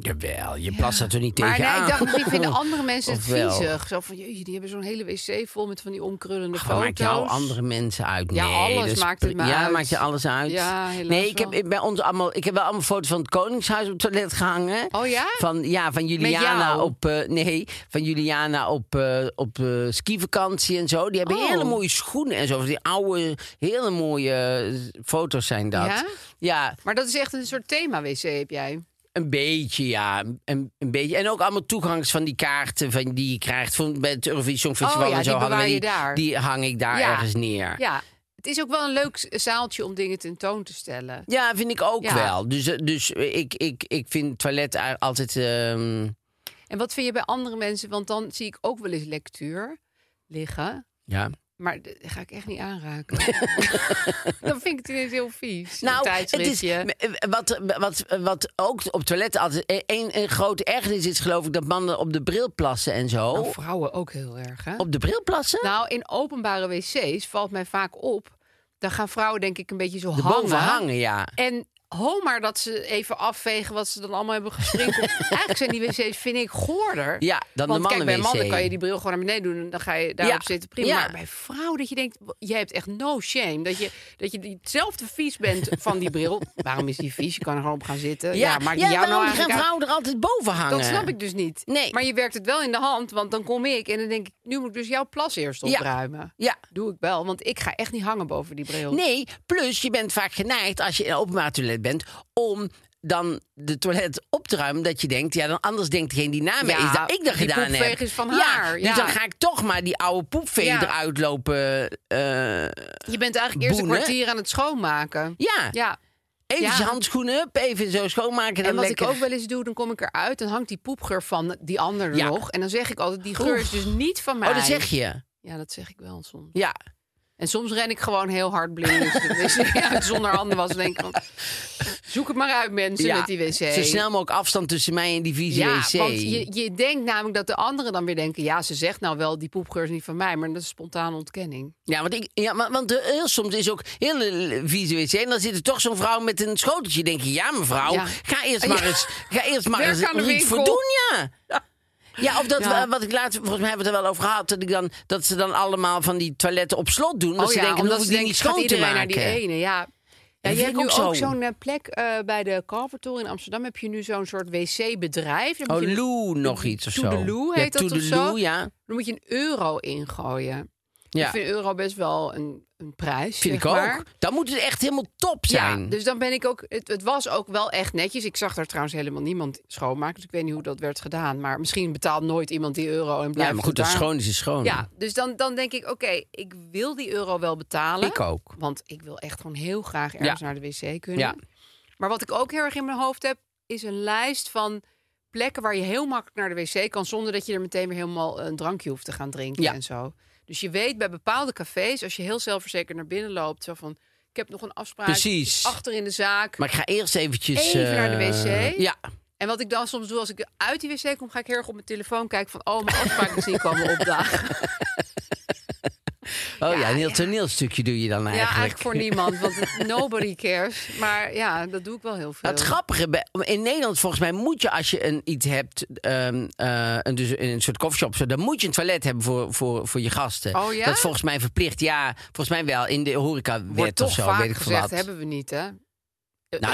Speaker 1: Jawel, je plast dat er niet
Speaker 3: Maar nee,
Speaker 1: tegenaan.
Speaker 3: ik dacht, misschien vinden andere mensen het
Speaker 1: Of wel?
Speaker 3: viezig. Zo van, jeetje, die hebben zo'n hele wc vol met van die omkrullende
Speaker 1: Goh,
Speaker 3: foto's.
Speaker 1: Maakt jou andere mensen uit?
Speaker 3: Ja,
Speaker 1: Nee,
Speaker 3: alles
Speaker 1: dat is
Speaker 3: maakt het
Speaker 1: pri-
Speaker 3: me
Speaker 1: Ja,
Speaker 3: uit.
Speaker 1: maakt je alles uit?
Speaker 3: Ja, helaas
Speaker 1: Nee, ik
Speaker 3: wel.
Speaker 1: heb ik- bij ons allemaal... Ik heb wel allemaal foto's van het Koningshuis op het toilet gehangen.
Speaker 3: Oh ja?
Speaker 1: Van, ja, van
Speaker 3: jou?
Speaker 1: Juliana op... eh, nee, van Juliana op, eh, op eh, skivakantie en zo. Die hebben
Speaker 3: Oh.
Speaker 1: hele mooie schoenen en zo. Van Die oude, hele mooie eh, foto's zijn dat.
Speaker 3: Ja?
Speaker 1: Ja,
Speaker 3: Maar dat is echt een soort thema-wc heb jij.
Speaker 1: een beetje, ja. Een, een beetje. En ook allemaal toegangs van die kaarten van, die je krijgt van, bij het Eurovisie Songfestival
Speaker 3: Oh ja,
Speaker 1: en zo.
Speaker 3: die
Speaker 1: hangen
Speaker 3: bewaar je
Speaker 1: die,
Speaker 3: daar.
Speaker 1: die hang ik daar
Speaker 3: Ja.
Speaker 1: ergens neer.
Speaker 3: Ja, het is ook wel een leuk z- zaaltje om dingen tentoon te stellen.
Speaker 1: Ja, vind ik ook
Speaker 3: Ja.
Speaker 1: wel. Dus, eh, dus ik, ik, ik vind toilet eigenlijk altijd. ehm,
Speaker 3: En wat vind je bij andere mensen? Want dan zie ik ook wel eens lectuur liggen.
Speaker 1: ja.
Speaker 3: Maar dat ga ik echt niet aanraken. dan vind ik het ineens heel vies. Een
Speaker 1: Nou, het is,
Speaker 3: tijdschriftje.
Speaker 1: eh, wat, wat, wat ook op toiletten altijd. eh, Een, een groot ergernis is, geloof ik, dat mannen op de bril plassen en zo.
Speaker 3: Nou, vrouwen ook heel erg, hè?
Speaker 1: oh. Op de bril plassen?
Speaker 3: Nou, in openbare wc's valt mij vaak op... dan gaan vrouwen denk ik een beetje zo
Speaker 1: de
Speaker 3: Nou, hangen.
Speaker 1: boven hangen, ja.
Speaker 3: En ho maar dat ze even afvegen wat ze dan allemaal hebben gesprinkeld. Eigenlijk zijn die wc's, vind ik, goorder.
Speaker 1: Ja, dan de
Speaker 3: Want kijk, bij
Speaker 1: mannen-wc.
Speaker 3: mannen kan je die bril gewoon naar beneden doen... en dan ga je daarop
Speaker 1: Ja,
Speaker 3: zitten, prima.
Speaker 1: ja.
Speaker 3: Maar bij vrouwen dat je denkt, je hebt echt no shame. Dat je, dat je die- hetzelfde vies bent van die bril. Waarom is die vies? Je kan er gewoon op gaan zitten. Ja, maar
Speaker 1: ja,
Speaker 3: jou nou
Speaker 1: waarom gaan
Speaker 3: eigenlijk uit?
Speaker 1: vrouwen er altijd boven hangen?
Speaker 3: Dat snap ik dus niet.
Speaker 1: Nee.
Speaker 3: Maar je werkt het wel in de hand, want dan kom ik... en dan denk ik, nu moet ik dus jouw plas eerst
Speaker 1: Ja.
Speaker 3: opruimen.
Speaker 1: Ja.
Speaker 3: Doe ik wel, want ik ga echt niet hangen boven die bril.
Speaker 1: Nee, plus je bent vaak geneigd als je in een openbaar toilet bent om dan de toilet op te ruimen dat je denkt ja dan anders denkt degene die na mij
Speaker 3: Ja,
Speaker 1: is dat ik dat
Speaker 3: die
Speaker 1: gedaan
Speaker 3: poepveeg
Speaker 1: heb
Speaker 3: is van
Speaker 1: ja,
Speaker 3: haar,
Speaker 1: dus
Speaker 3: ja.
Speaker 1: dan ga ik toch maar die oude poepveeg
Speaker 3: Ja.
Speaker 1: eruit lopen eh,
Speaker 3: Je bent eigenlijk eerst
Speaker 1: Boenen.
Speaker 3: een kwartier aan het schoonmaken.
Speaker 1: ja.
Speaker 3: Ja.
Speaker 1: even
Speaker 3: Ja.
Speaker 1: je handschoenen up, even zo schoonmaken
Speaker 3: En
Speaker 1: dan
Speaker 3: wat
Speaker 1: lekker
Speaker 3: ik ook wel eens doe, dan kom ik eruit, dan hangt die poepgeur van die ander er
Speaker 1: Ja.
Speaker 3: nog. En dan zeg ik altijd, die geur
Speaker 1: Oef.
Speaker 3: is dus niet van mij.
Speaker 1: oh dat zeg je
Speaker 3: Ja, dat zeg ik wel soms.
Speaker 1: ja
Speaker 3: En En soms ren ik gewoon heel hard blind dus de wc uit zonder handen was. Denk ik, van, zoek het maar uit mensen met die wc.
Speaker 1: Zo snel mogelijk afstand tussen mij en die vieze
Speaker 3: ja,
Speaker 1: wc.
Speaker 3: want je, je denkt namelijk dat de anderen dan weer denken... ja, ze zegt nou wel, die poepgeur is niet van mij. Maar dat is spontane ontkenning.
Speaker 1: Ja, want, ik, ja, wa- want eh, heel soms is ook heel eh, vieze wc. En dan zit er toch zo'n vrouw met een schoteltje. Denk je, ja mevrouw,
Speaker 3: Ja.
Speaker 1: ga eerst
Speaker 3: Ja.
Speaker 1: maar eens, ga eerst maar
Speaker 3: Werk
Speaker 1: eens
Speaker 3: aan de
Speaker 1: er iets voor
Speaker 3: winkel.
Speaker 1: doen, ja. Ja, of dat
Speaker 3: Ja.
Speaker 1: wa- wat ik laatst, volgens mij hebben we het er wel over gehad, dat, ik dan, dat ze dan allemaal van die toiletten op slot doen.
Speaker 3: Oh
Speaker 1: Dat Oh ze denken, dan hoef ik die
Speaker 3: denken,
Speaker 1: niet
Speaker 3: gaat
Speaker 1: schoon te
Speaker 3: iedereen naar die
Speaker 1: maken.
Speaker 3: ene, ja. Ja,
Speaker 1: Dat
Speaker 3: je
Speaker 1: vind
Speaker 3: hebt
Speaker 1: ik
Speaker 3: nu
Speaker 1: ook
Speaker 3: ook
Speaker 1: zo.
Speaker 3: zo'n eh, plek eh, bij de Calvertoren in Amsterdam. Heb je nu zo'n soort wc-bedrijf. Dan
Speaker 1: Oh,
Speaker 3: moet je-
Speaker 1: Lou nog iets of zo.
Speaker 3: Toedeloe heet
Speaker 1: ja,
Speaker 3: dat of zo?
Speaker 1: Toedeloe, ja.
Speaker 3: Dan moet je een euro ingooien.
Speaker 1: ja.
Speaker 3: Ik vind euro best wel een, een prijs.
Speaker 1: Vind
Speaker 3: zeg
Speaker 1: ik ook.
Speaker 3: maar.
Speaker 1: Dan moet het echt helemaal top zijn.
Speaker 3: Ja, dus dan ben ik ook. Het, het was ook wel echt netjes. Ik zag daar trouwens helemaal niemand schoonmaken. Dus ik weet niet hoe dat werd gedaan. Maar misschien betaalt nooit iemand die euro en blijft.
Speaker 1: ja, maar
Speaker 3: het
Speaker 1: goed, dat
Speaker 3: daar.
Speaker 1: schoon is is schoon.
Speaker 3: Ja, dus dan, dan denk ik, oké, ik wil die euro wel betalen.
Speaker 1: Ik ook.
Speaker 3: Want ik wil echt gewoon heel graag ergens
Speaker 1: Ja.
Speaker 3: naar de wc kunnen.
Speaker 1: Ja.
Speaker 3: Maar wat ik ook heel erg in mijn hoofd heb, is een lijst van plekken waar je heel makkelijk naar de wc kan. Zonder dat je er meteen weer helemaal een drankje hoeft te gaan drinken
Speaker 1: Ja.
Speaker 3: en zo. Dus je weet bij bepaalde cafés, als je heel zelfverzekerd naar binnen loopt, zo van. Ik heb nog een afspraak
Speaker 1: Precies.
Speaker 3: achter in de zaak.
Speaker 1: Maar ik ga eerst eventjes...
Speaker 3: Even naar de
Speaker 1: eh,
Speaker 3: wc?
Speaker 1: Ja,
Speaker 3: En wat ik dan soms doe als ik uit die wc kom, ga ik heel erg op mijn telefoon kijken van oh, mijn afspraak misschien komen opdagen.
Speaker 1: Oh ja,
Speaker 3: Ja,
Speaker 1: een heel
Speaker 3: ja.
Speaker 1: toneelstukje doe je dan
Speaker 3: Ja,
Speaker 1: eigenlijk.
Speaker 3: eigenlijk voor niemand, want nobody cares. Maar ja, dat doe ik wel heel veel.
Speaker 1: Het grappige, bij- in Nederland volgens mij moet je als je een iets hebt, ehm, eh, een, dus in een soort koffieshop, zo, dan moet je een toilet hebben voor, voor, voor je gasten.
Speaker 3: Oh ja?
Speaker 1: Dat is volgens mij verplicht. Ja, volgens mij wel in de
Speaker 3: Wordt
Speaker 1: horecawet
Speaker 3: toch
Speaker 1: of zo,
Speaker 3: vaak
Speaker 1: weet ik veel
Speaker 3: gezegd,
Speaker 1: wat.
Speaker 3: hebben we niet, hè?
Speaker 1: Nou,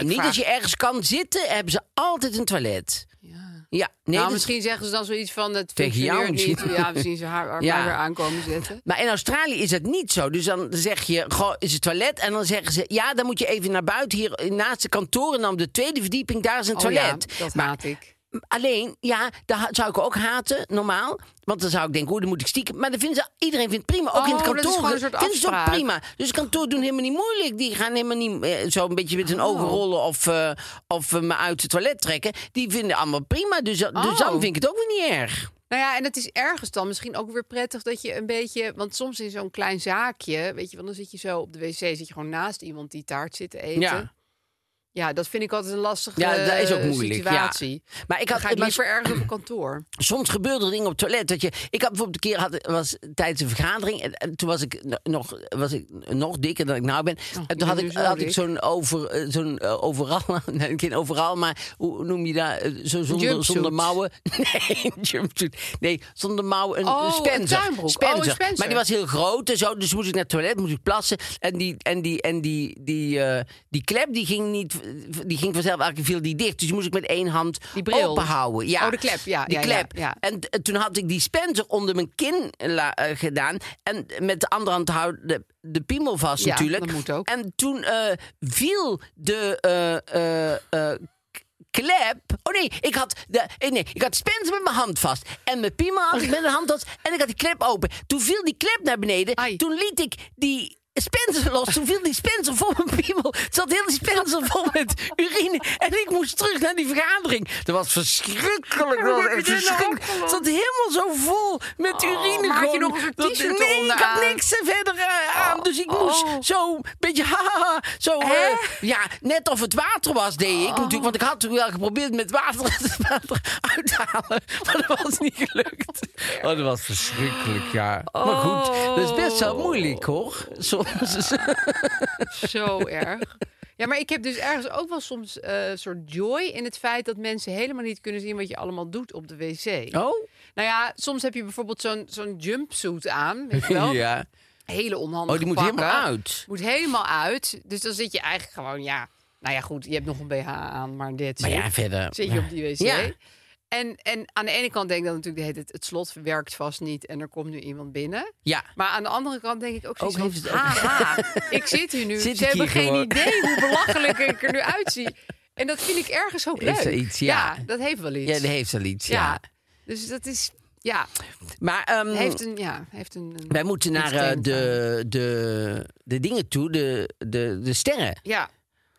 Speaker 3: Ik
Speaker 1: niet
Speaker 3: vraag-
Speaker 1: dat je ergens kan zitten, hebben ze altijd een toilet.
Speaker 3: Ja.
Speaker 1: Ja, nee,
Speaker 3: nou,
Speaker 1: dat-
Speaker 3: misschien zeggen ze dan zoiets van het
Speaker 1: Tegen jou
Speaker 3: functioneert niet.
Speaker 1: misschien.
Speaker 3: Ja, we zien ze haar, haar
Speaker 1: Ja.
Speaker 3: maar weer aankomen Oh zetten.
Speaker 1: Maar in Australië is dat niet zo. Dus dan zeg je, goh, is het toilet? En dan zeggen ze, ja, dan moet je even naar buiten hier naast de kantoren. Dan op de tweede verdieping, daar is een
Speaker 3: Oh ja,
Speaker 1: toilet.
Speaker 3: dat
Speaker 1: maar
Speaker 3: haat ik.
Speaker 1: Alleen, ja, dat ha- zou ik ook haten, normaal. Want dan zou ik denken, hoe, dan moet ik stiekem. Maar dan vinden ze, iedereen vindt het prima. Ook in het
Speaker 3: Oh, dat is
Speaker 1: kantoor
Speaker 3: gewoon een soort
Speaker 1: vinden ze het ook
Speaker 3: afspraak.
Speaker 1: prima. Dus het kantoor doen helemaal niet moeilijk. Die gaan helemaal niet eh, zo een beetje met
Speaker 3: Oh.
Speaker 1: hun ogen rollen of, eh, of eh, me uit het toilet trekken. Die vinden allemaal prima. Dus, dat- dus
Speaker 3: Oh.
Speaker 1: dan vind ik het ook weer niet erg.
Speaker 3: Nou ja, en het is ergens dan misschien ook weer prettig dat je een beetje... Want soms in zo'n klein zaakje, weet je wel, dan zit je zo op de wc... zit je gewoon naast iemand die taart zit te eten.
Speaker 1: Ja.
Speaker 3: Ja, dat vind ik altijd een lastige
Speaker 1: Ja, dat is ook
Speaker 3: eh,
Speaker 1: moeilijk, ja.
Speaker 3: situatie.
Speaker 1: Maar ik
Speaker 3: Dan
Speaker 1: had,
Speaker 3: ga ik
Speaker 1: maar
Speaker 3: liever ergens op een kantoor.
Speaker 1: soms gebeurde er dingen op het toilet. Dat je, ik had bijvoorbeeld een keer had, was tijdens een vergadering. En, en toen was ik n- nog, was ik nog dikker dan ik nou ben. en
Speaker 3: je
Speaker 1: toen had
Speaker 3: bent
Speaker 1: ik,
Speaker 3: Oh, nu zo
Speaker 1: had ik
Speaker 3: dik.
Speaker 1: zo'n over, eh, zo'n eh, overal. nee, geen overal, maar hoe noem je dat? Eh, Zo zonder,
Speaker 3: jumpsuit.
Speaker 1: zonder mouwen. Nee, een jumpsuit. Nee, zonder mouwen. Een
Speaker 3: Oh, een
Speaker 1: Spencer.
Speaker 3: tuinbroek. Oh, een Spencer.
Speaker 1: Maar die was heel groot en zo. Dus moest ik naar het toilet, moest ik plassen. En die, en die, en die, die, eh, die klep die ging, niet, die ging vanzelf eigenlijk viel die dicht. Dus die moest ik met één hand
Speaker 3: Die bril.
Speaker 1: openhouden. Ja.
Speaker 3: Oh, de klep, ja,
Speaker 1: Die
Speaker 3: ja, ja,
Speaker 1: klep.
Speaker 3: ja.
Speaker 1: En t- toen had ik die Spencer onder mijn kin la- eh, gedaan. En met de andere hand houden de, de piemel vast
Speaker 3: Ja,
Speaker 1: natuurlijk.
Speaker 3: dat moet ook.
Speaker 1: En toen eh, viel de eh, eh, eh, k- klep... Oh nee ik, had de, eh, nee, ik had Spencer met mijn hand vast. En mijn piemel had ik met mijn hand vast. En ik had die klep open. Toen viel die klep naar beneden.
Speaker 3: Ai.
Speaker 1: Toen liet ik die... Spencer los, toen viel die Spencer vol mijn piemel. Er zat heel die Spencer vol met urine. En ik moest terug naar die vergadering. Dat was verschrikkelijk. Dat was echt verschrikkelijk. Het zat helemaal zo vol met urine.
Speaker 3: maar had Oh, je
Speaker 1: gewoon.
Speaker 3: nog een soort
Speaker 1: Dat-
Speaker 3: t-shirt
Speaker 1: Nee, ik had
Speaker 3: eronder aan?
Speaker 1: niks verder eh,
Speaker 3: Oh,
Speaker 1: aan. Dus ik moest zo een beetje haha. Zo, eh, ja, net of het water was, deed ik
Speaker 3: Oh.
Speaker 1: natuurlijk. Want ik had toen wel geprobeerd met water het water uit te halen. Maar dat was niet gelukt. Oh, dat was verschrikkelijk, ja. Maar
Speaker 3: Oh.
Speaker 1: goed, dat is best wel moeilijk, hoor. Soms.
Speaker 3: Zo erg. Ja, maar ik heb dus ergens ook wel soms eh, een soort joy in het feit dat mensen helemaal niet kunnen zien wat je allemaal doet op de wc.
Speaker 1: Oh?
Speaker 3: Nou ja, soms heb je bijvoorbeeld zo'n zo'n jumpsuit aan, weet je wel?
Speaker 1: Ja.
Speaker 3: Hele onhandig.
Speaker 1: Oh, die moet
Speaker 3: pakken.
Speaker 1: helemaal uit.
Speaker 3: Moet helemaal uit. Dus dan zit je eigenlijk gewoon, ja, nou ja, goed, je hebt nog een BH aan, maar dit.
Speaker 1: Maar ja, verder.
Speaker 3: zit je op die wc.
Speaker 1: Ja.
Speaker 3: En, en aan de ene kant denk ik dan natuurlijk de hele tijd, het slot werkt vast niet en er komt nu iemand binnen.
Speaker 1: Ja.
Speaker 3: Maar aan de andere kant denk ik ook zoiets
Speaker 1: Ook
Speaker 3: van,
Speaker 1: heeft het ook-
Speaker 3: haha, ik zit hier nu.
Speaker 1: Zit
Speaker 3: Ze
Speaker 1: ik
Speaker 3: hebben
Speaker 1: hier
Speaker 3: geen
Speaker 1: gewoon?"
Speaker 3: idee hoe belachelijk ik er nu uitzie. En dat vind ik ergens ook leuk.
Speaker 1: Heeft er iets, ja.
Speaker 3: dat heeft wel iets.
Speaker 1: Ja, die heeft wel iets, ja.
Speaker 3: Ja. Dus dat is, ja,
Speaker 1: Maar ehm,
Speaker 3: heeft een, ja, heeft een... een-
Speaker 1: wij moeten
Speaker 3: iets
Speaker 1: naar eh,
Speaker 3: tegen.
Speaker 1: de, de, de dingen toe, de, de, de sterren
Speaker 3: Ja,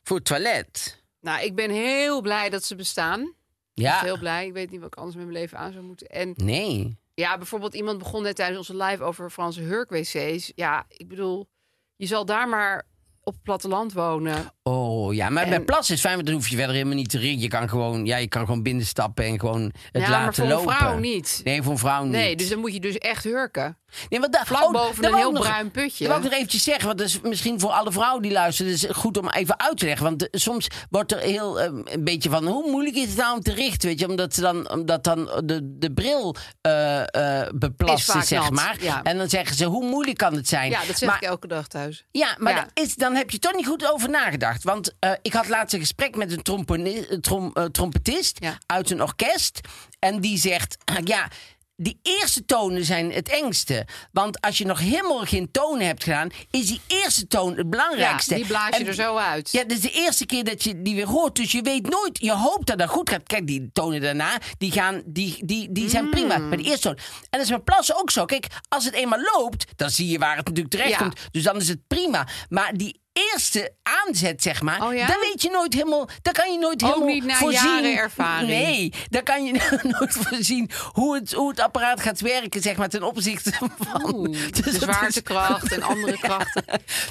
Speaker 1: voor het toilet.
Speaker 3: nou, ik ben heel blij dat ze bestaan.
Speaker 1: Ja.
Speaker 3: Heel blij. Ik weet niet wat ik anders met mijn leven aan zou moeten. En
Speaker 1: Nee.
Speaker 3: Ja, bijvoorbeeld iemand begon net tijdens onze live over Franse hurkwc's. Ja, ik bedoel, Je zal daar maar op het platteland wonen.
Speaker 1: Oh ja, maar bij
Speaker 3: En-
Speaker 1: plas is fijn, want dan hoef je verder helemaal niet te ringen. Je kan gewoon, ja, je kan gewoon binnenstappen en gewoon het
Speaker 3: Ja,
Speaker 1: laten
Speaker 3: maar voor
Speaker 1: lopen.
Speaker 3: een vrouw niet.
Speaker 1: Nee, voor een vrouw niet.
Speaker 3: Nee, dus dan moet je dus echt hurken.
Speaker 1: nee, want daar, oh,
Speaker 3: vlak boven
Speaker 1: daar wou
Speaker 3: een heel
Speaker 1: ik nog-
Speaker 3: bruin putje.
Speaker 1: Dat wil ik nog eventjes zeggen, want dat is misschien voor alle vrouwen die luisteren... het is goed om even uit te leggen. Want eh, soms wordt er heel eh, een beetje van... hoe moeilijk is het nou om te richten? Weet je? Omdat, ze dan, omdat dan de, de bril eh, eh,
Speaker 3: Is
Speaker 1: beplast
Speaker 3: vaak
Speaker 1: is, zeg
Speaker 3: nat,
Speaker 1: maar.
Speaker 3: ja.
Speaker 1: En dan zeggen ze, hoe moeilijk kan het zijn?
Speaker 3: Ja, dat zeg
Speaker 1: maar,
Speaker 3: ik elke dag thuis.
Speaker 1: Ja, maar
Speaker 3: Ja.
Speaker 1: dat Is, dan heb je toch niet goed over nagedacht. Want eh, ik had laatst een gesprek met een tromponi- eh, trom- eh, trompetist
Speaker 3: Ja.
Speaker 1: uit een orkest. En die zegt, ja, die eerste tonen zijn het engste. Want als je nog helemaal geen tonen hebt gedaan, is die eerste toon het belangrijkste.
Speaker 3: Ja, die blaas je dus
Speaker 1: En-
Speaker 3: er zo uit.
Speaker 1: Ja, dat is de eerste keer dat je die weer hoort. Dus je weet nooit, je hoopt dat dat goed gaat. Kijk, die tonen daarna, die, gaan, die, die, die
Speaker 3: Hmm.
Speaker 1: zijn prima. Maar de eerste toon. En dat is met plassen ook zo. Kijk, als het eenmaal loopt, dan zie je waar het natuurlijk terecht
Speaker 3: Ja.
Speaker 1: komt. Dus dan is het prima. Maar die eerste aanzet, zeg maar,
Speaker 3: Oh ja?
Speaker 1: dat weet je nooit helemaal. Dat kan je nooit
Speaker 3: Ook
Speaker 1: helemaal
Speaker 3: niet na
Speaker 1: voorzien.
Speaker 3: jaren ervaring.
Speaker 1: Nee, daar kan je nooit voorzien hoe het, hoe het apparaat gaat werken, zeg maar, ten opzichte van Dus
Speaker 3: de
Speaker 1: dat is-
Speaker 3: zwaartekracht en andere krachten.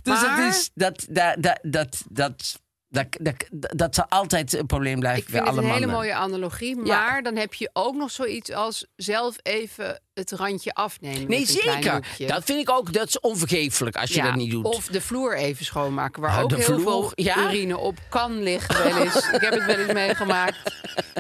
Speaker 1: dus
Speaker 3: Maar-
Speaker 1: dat is dat dat dat dat dat dat, dat, dat zal altijd een probleem blijven
Speaker 3: Ik vind
Speaker 1: bij
Speaker 3: het
Speaker 1: alle
Speaker 3: een hele
Speaker 1: mannen.
Speaker 3: mooie analogie. Maar
Speaker 1: Ja.
Speaker 3: dan heb je ook nog zoiets als zelf even het randje afnemen.
Speaker 1: Nee,
Speaker 3: met een klein
Speaker 1: zeker.
Speaker 3: hoekje.
Speaker 1: Dat vind ik ook. Dat is onvergeeflijk als je
Speaker 3: Ja,
Speaker 1: dat niet doet.
Speaker 3: Of de vloer even schoonmaken, waar
Speaker 1: Ja,
Speaker 3: ook
Speaker 1: de
Speaker 3: heel
Speaker 1: vloer,
Speaker 3: veel
Speaker 1: ja.
Speaker 3: urine op kan liggen wel eens. ik heb het wel eens meegemaakt.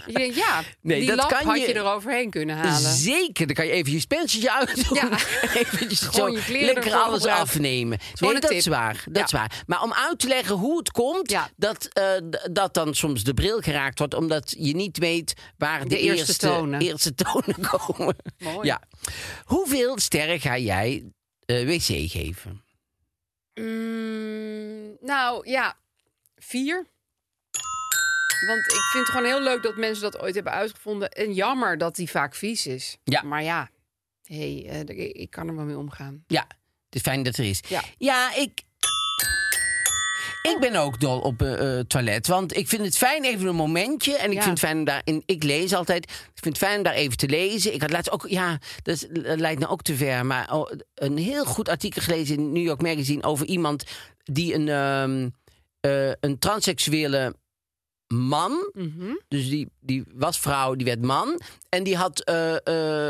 Speaker 3: Je denkt, ja,
Speaker 1: Nee,
Speaker 3: die
Speaker 1: dat
Speaker 3: lap
Speaker 1: kan
Speaker 3: had
Speaker 1: je-
Speaker 3: je... eroverheen kunnen halen.
Speaker 1: Zeker, dan kan je even je spencertje uitdoen.
Speaker 3: Ja.
Speaker 1: Eventjes zo
Speaker 3: Gewoon je kleren
Speaker 1: lekker
Speaker 3: ervoor
Speaker 1: alles
Speaker 3: gebruiken.
Speaker 1: afnemen.
Speaker 3: Gewoon
Speaker 1: Nee,
Speaker 3: een
Speaker 1: dat
Speaker 3: tip.
Speaker 1: is waar. Dat
Speaker 3: Ja.
Speaker 1: is waar. Maar om uit te leggen hoe het komt,
Speaker 3: Ja.
Speaker 1: dat, eh, d- dat dan soms de bril geraakt wordt, omdat je niet weet waar de,
Speaker 3: eerste tonen.
Speaker 1: eerste tonen komen.
Speaker 3: Mooi.
Speaker 1: Ja. Hoeveel sterren ga jij eh, wc geven?
Speaker 3: Mm, nou ja, vier. Want ik vind het gewoon heel leuk dat mensen dat ooit hebben uitgevonden. En jammer dat die vaak vies is.
Speaker 1: Ja.
Speaker 3: Maar ja, hey, eh, d- ik- ik kan er wel mee omgaan.
Speaker 1: Ja, het is fijn dat er is.
Speaker 3: Ja.
Speaker 1: ik. Ik ben ook dol op eh, eh, toilet, want ik vind het fijn even een momentje. En ik
Speaker 3: Ja.
Speaker 1: vind het fijn om daar, in, ik lees altijd, ik vind het fijn om daar even te lezen. Ik had laatst ook, ja, dat is- dat lijkt nou ook te ver, maar oh, een heel goed artikel gelezen in New York Magazine over iemand die een, ehm, eh, een transseksuele man,
Speaker 3: Mhm.
Speaker 1: dus die, die was vrouw, die werd man, en die, had, eh,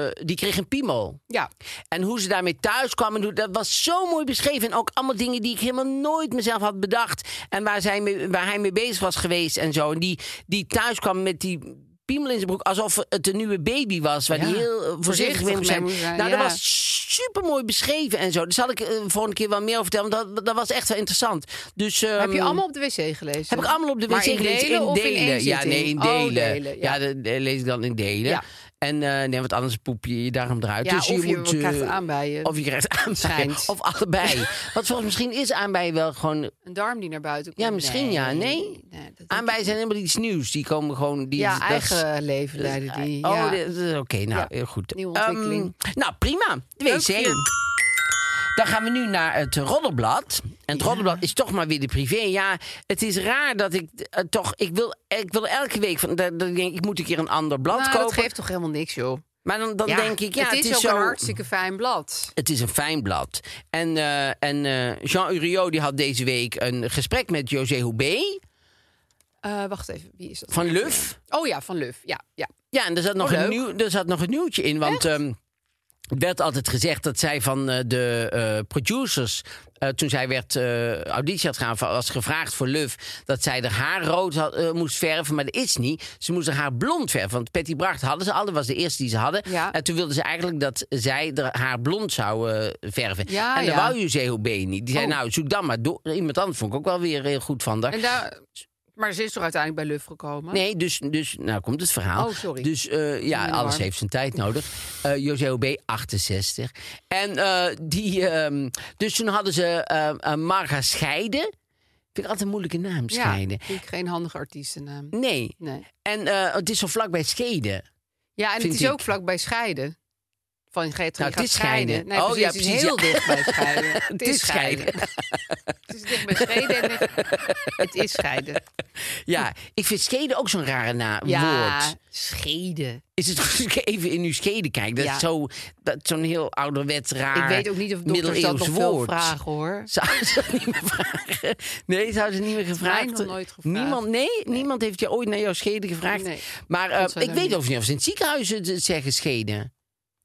Speaker 1: eh, die kreeg een piemel.
Speaker 3: Ja,
Speaker 1: En hoe ze daarmee thuis kwamen, hoe- dat was zo mooi beschreven. En ook allemaal dingen die ik helemaal nooit mezelf had bedacht. En waar, zij mee- waar hij mee bezig was geweest en zo. En die, die thuis kwam met die piemel in zijn broek. Alsof het een nieuwe baby was. Waar
Speaker 3: Ja,
Speaker 1: die heel eh, voorzichtig
Speaker 3: voorzichtig
Speaker 1: mee moest zijn.
Speaker 3: mee moest zijn,
Speaker 1: nou,
Speaker 3: ja.
Speaker 1: dat was super mooi beschreven en zo. Daar zal ik eh, volgende keer wel meer over vertellen. Want dat, dat was echt wel interessant. Dus,
Speaker 3: heb je
Speaker 1: ehm,
Speaker 3: allemaal op de wc gelezen?
Speaker 1: heb ik allemaal op de wc
Speaker 3: Maar in
Speaker 1: gelezen.
Speaker 3: delen of in één
Speaker 1: ja,
Speaker 3: zitting?
Speaker 1: nee, in
Speaker 3: Oh,
Speaker 1: delen.
Speaker 3: delen,
Speaker 1: ja,
Speaker 3: ja.
Speaker 1: dat eh, lees ik dan in delen.
Speaker 3: Ja.
Speaker 1: En eh, nee, want anders poep je je darm eruit.
Speaker 3: Ja,
Speaker 1: dus
Speaker 3: of je
Speaker 1: moet, eh,
Speaker 3: krijgt aanbijen.
Speaker 1: Of je krijgt aanbijen.
Speaker 3: Schijnt.
Speaker 1: Of allebei. want volgens misschien is aanbijen wel gewoon...
Speaker 3: Een darm die naar buiten komt?
Speaker 1: Ja, misschien ja. Nee?
Speaker 3: nee, dat denk
Speaker 1: aanbijen
Speaker 3: ik
Speaker 1: zijn helemaal iets nieuws. Die komen gewoon... Die,
Speaker 3: Ja,
Speaker 1: dat is-
Speaker 3: eigen leven
Speaker 1: dat is-
Speaker 3: leiden die.
Speaker 1: Oh,
Speaker 3: ja.
Speaker 1: dat is oké. nou,
Speaker 3: Ja.
Speaker 1: heel goed.
Speaker 3: Nieuwe ontwikkeling.
Speaker 1: Ehm, nou, prima. De
Speaker 3: Leuk,
Speaker 1: wc.
Speaker 3: ja.
Speaker 1: Dan gaan we nu naar het eh, Roddelblad. En het Roddelblad is toch maar weer de privé. Ja, het is raar dat ik eh, toch... Ik wil, ik wil elke week... Van, dat, dat ik denk, ik moet een keer een ander blad
Speaker 3: Nou,
Speaker 1: kopen.
Speaker 3: dat geeft toch helemaal niks, joh.
Speaker 1: Maar dan, dan denk ik... Ja,
Speaker 3: het is, ook
Speaker 1: zo...
Speaker 3: een hartstikke fijn blad.
Speaker 1: Het is een fijn blad. En, eh, en eh, Jean Uriot die had deze week een gesprek met José Houbé
Speaker 3: Eh, wacht even, wie is dat?
Speaker 1: van Luf.
Speaker 3: Oh ja, van Luf. Ja, ja.
Speaker 1: Ja, en er zat, nog
Speaker 3: Oh,
Speaker 1: een,
Speaker 3: leuk.
Speaker 1: nieuw, er zat nog een nieuwtje in. Want ehm, er werd altijd gezegd dat zij van eh, de eh, producers... eh, toen zij werd eh, auditie had gaan, was gevraagd voor Luf... dat zij haar haar rood had, eh, moest verven, maar dat is niet. Ze moest haar haar blond verven, want Patty Bracht hadden ze al. Dat was de eerste die ze hadden.
Speaker 3: Ja.
Speaker 1: En toen wilden ze eigenlijk dat zij haar haar blond zou eh, verven.
Speaker 3: Ja,
Speaker 1: en dat
Speaker 3: ja.
Speaker 1: wou José Houbé niet. Die zei,
Speaker 3: Oh.
Speaker 1: nou, zoek dan maar door. Iemand anders vond ik ook wel weer heel goed van haar.
Speaker 3: En daar, maar ze is toch uiteindelijk bij Luf gekomen?
Speaker 1: Nee, dus, dus nou komt het verhaal.
Speaker 3: Oh, sorry.
Speaker 1: Dus eh, ja,
Speaker 3: in de
Speaker 1: alles
Speaker 3: war.
Speaker 1: heeft zijn tijd nodig. Eh José OB, 68. En eh, die, ehm, dus toen hadden ze eh, eh, Marga Scheiden. Vind ik altijd een moeilijke naam, Scheiden.
Speaker 3: Ja, vind ik geen handige artiestennaam.
Speaker 1: Nee. eh,
Speaker 3: Nee.
Speaker 1: En eh, het is zo vlak bij Scheiden.
Speaker 3: Ja, en
Speaker 1: Vind
Speaker 3: het is
Speaker 1: ik.
Speaker 3: ook vlakbij scheiden. Van je gaat, je
Speaker 1: Nou, het
Speaker 3: gaat
Speaker 1: is scheiden.
Speaker 3: Nee,
Speaker 1: Oh,
Speaker 3: precies,
Speaker 1: ja,
Speaker 3: het is
Speaker 1: precies,
Speaker 3: heel
Speaker 1: ja.
Speaker 3: dicht bij scheiden.
Speaker 1: Het is scheiden.
Speaker 3: het is dicht bij scheiden. en het- Het is scheiden.
Speaker 1: Ja, ik vind schede ook zo'n rare na
Speaker 3: Ja,
Speaker 1: woord.
Speaker 3: scheiden.
Speaker 1: Is het goed als ik even in uw schede kijk? Dat
Speaker 3: Ja.
Speaker 1: is zo, dat zo'n heel ouderwets raar
Speaker 3: Ik weet ook niet of dokters dat
Speaker 1: middeleeuws
Speaker 3: nog veel
Speaker 1: woord.
Speaker 3: vragen, hoor.
Speaker 1: Zouden ze dat niet meer vragen? Nee, zouden ze niet meer gevraagd? eh,
Speaker 3: nog nooit gevraagd.
Speaker 1: Niemand, nee, niemand heeft je ooit naar jouw schede gevraagd.
Speaker 3: Nee,
Speaker 1: maar eh,
Speaker 3: godzijdank
Speaker 1: ik weet
Speaker 3: niet.
Speaker 1: overigens niet of ze in het ziekenhuis het het zeggen schede.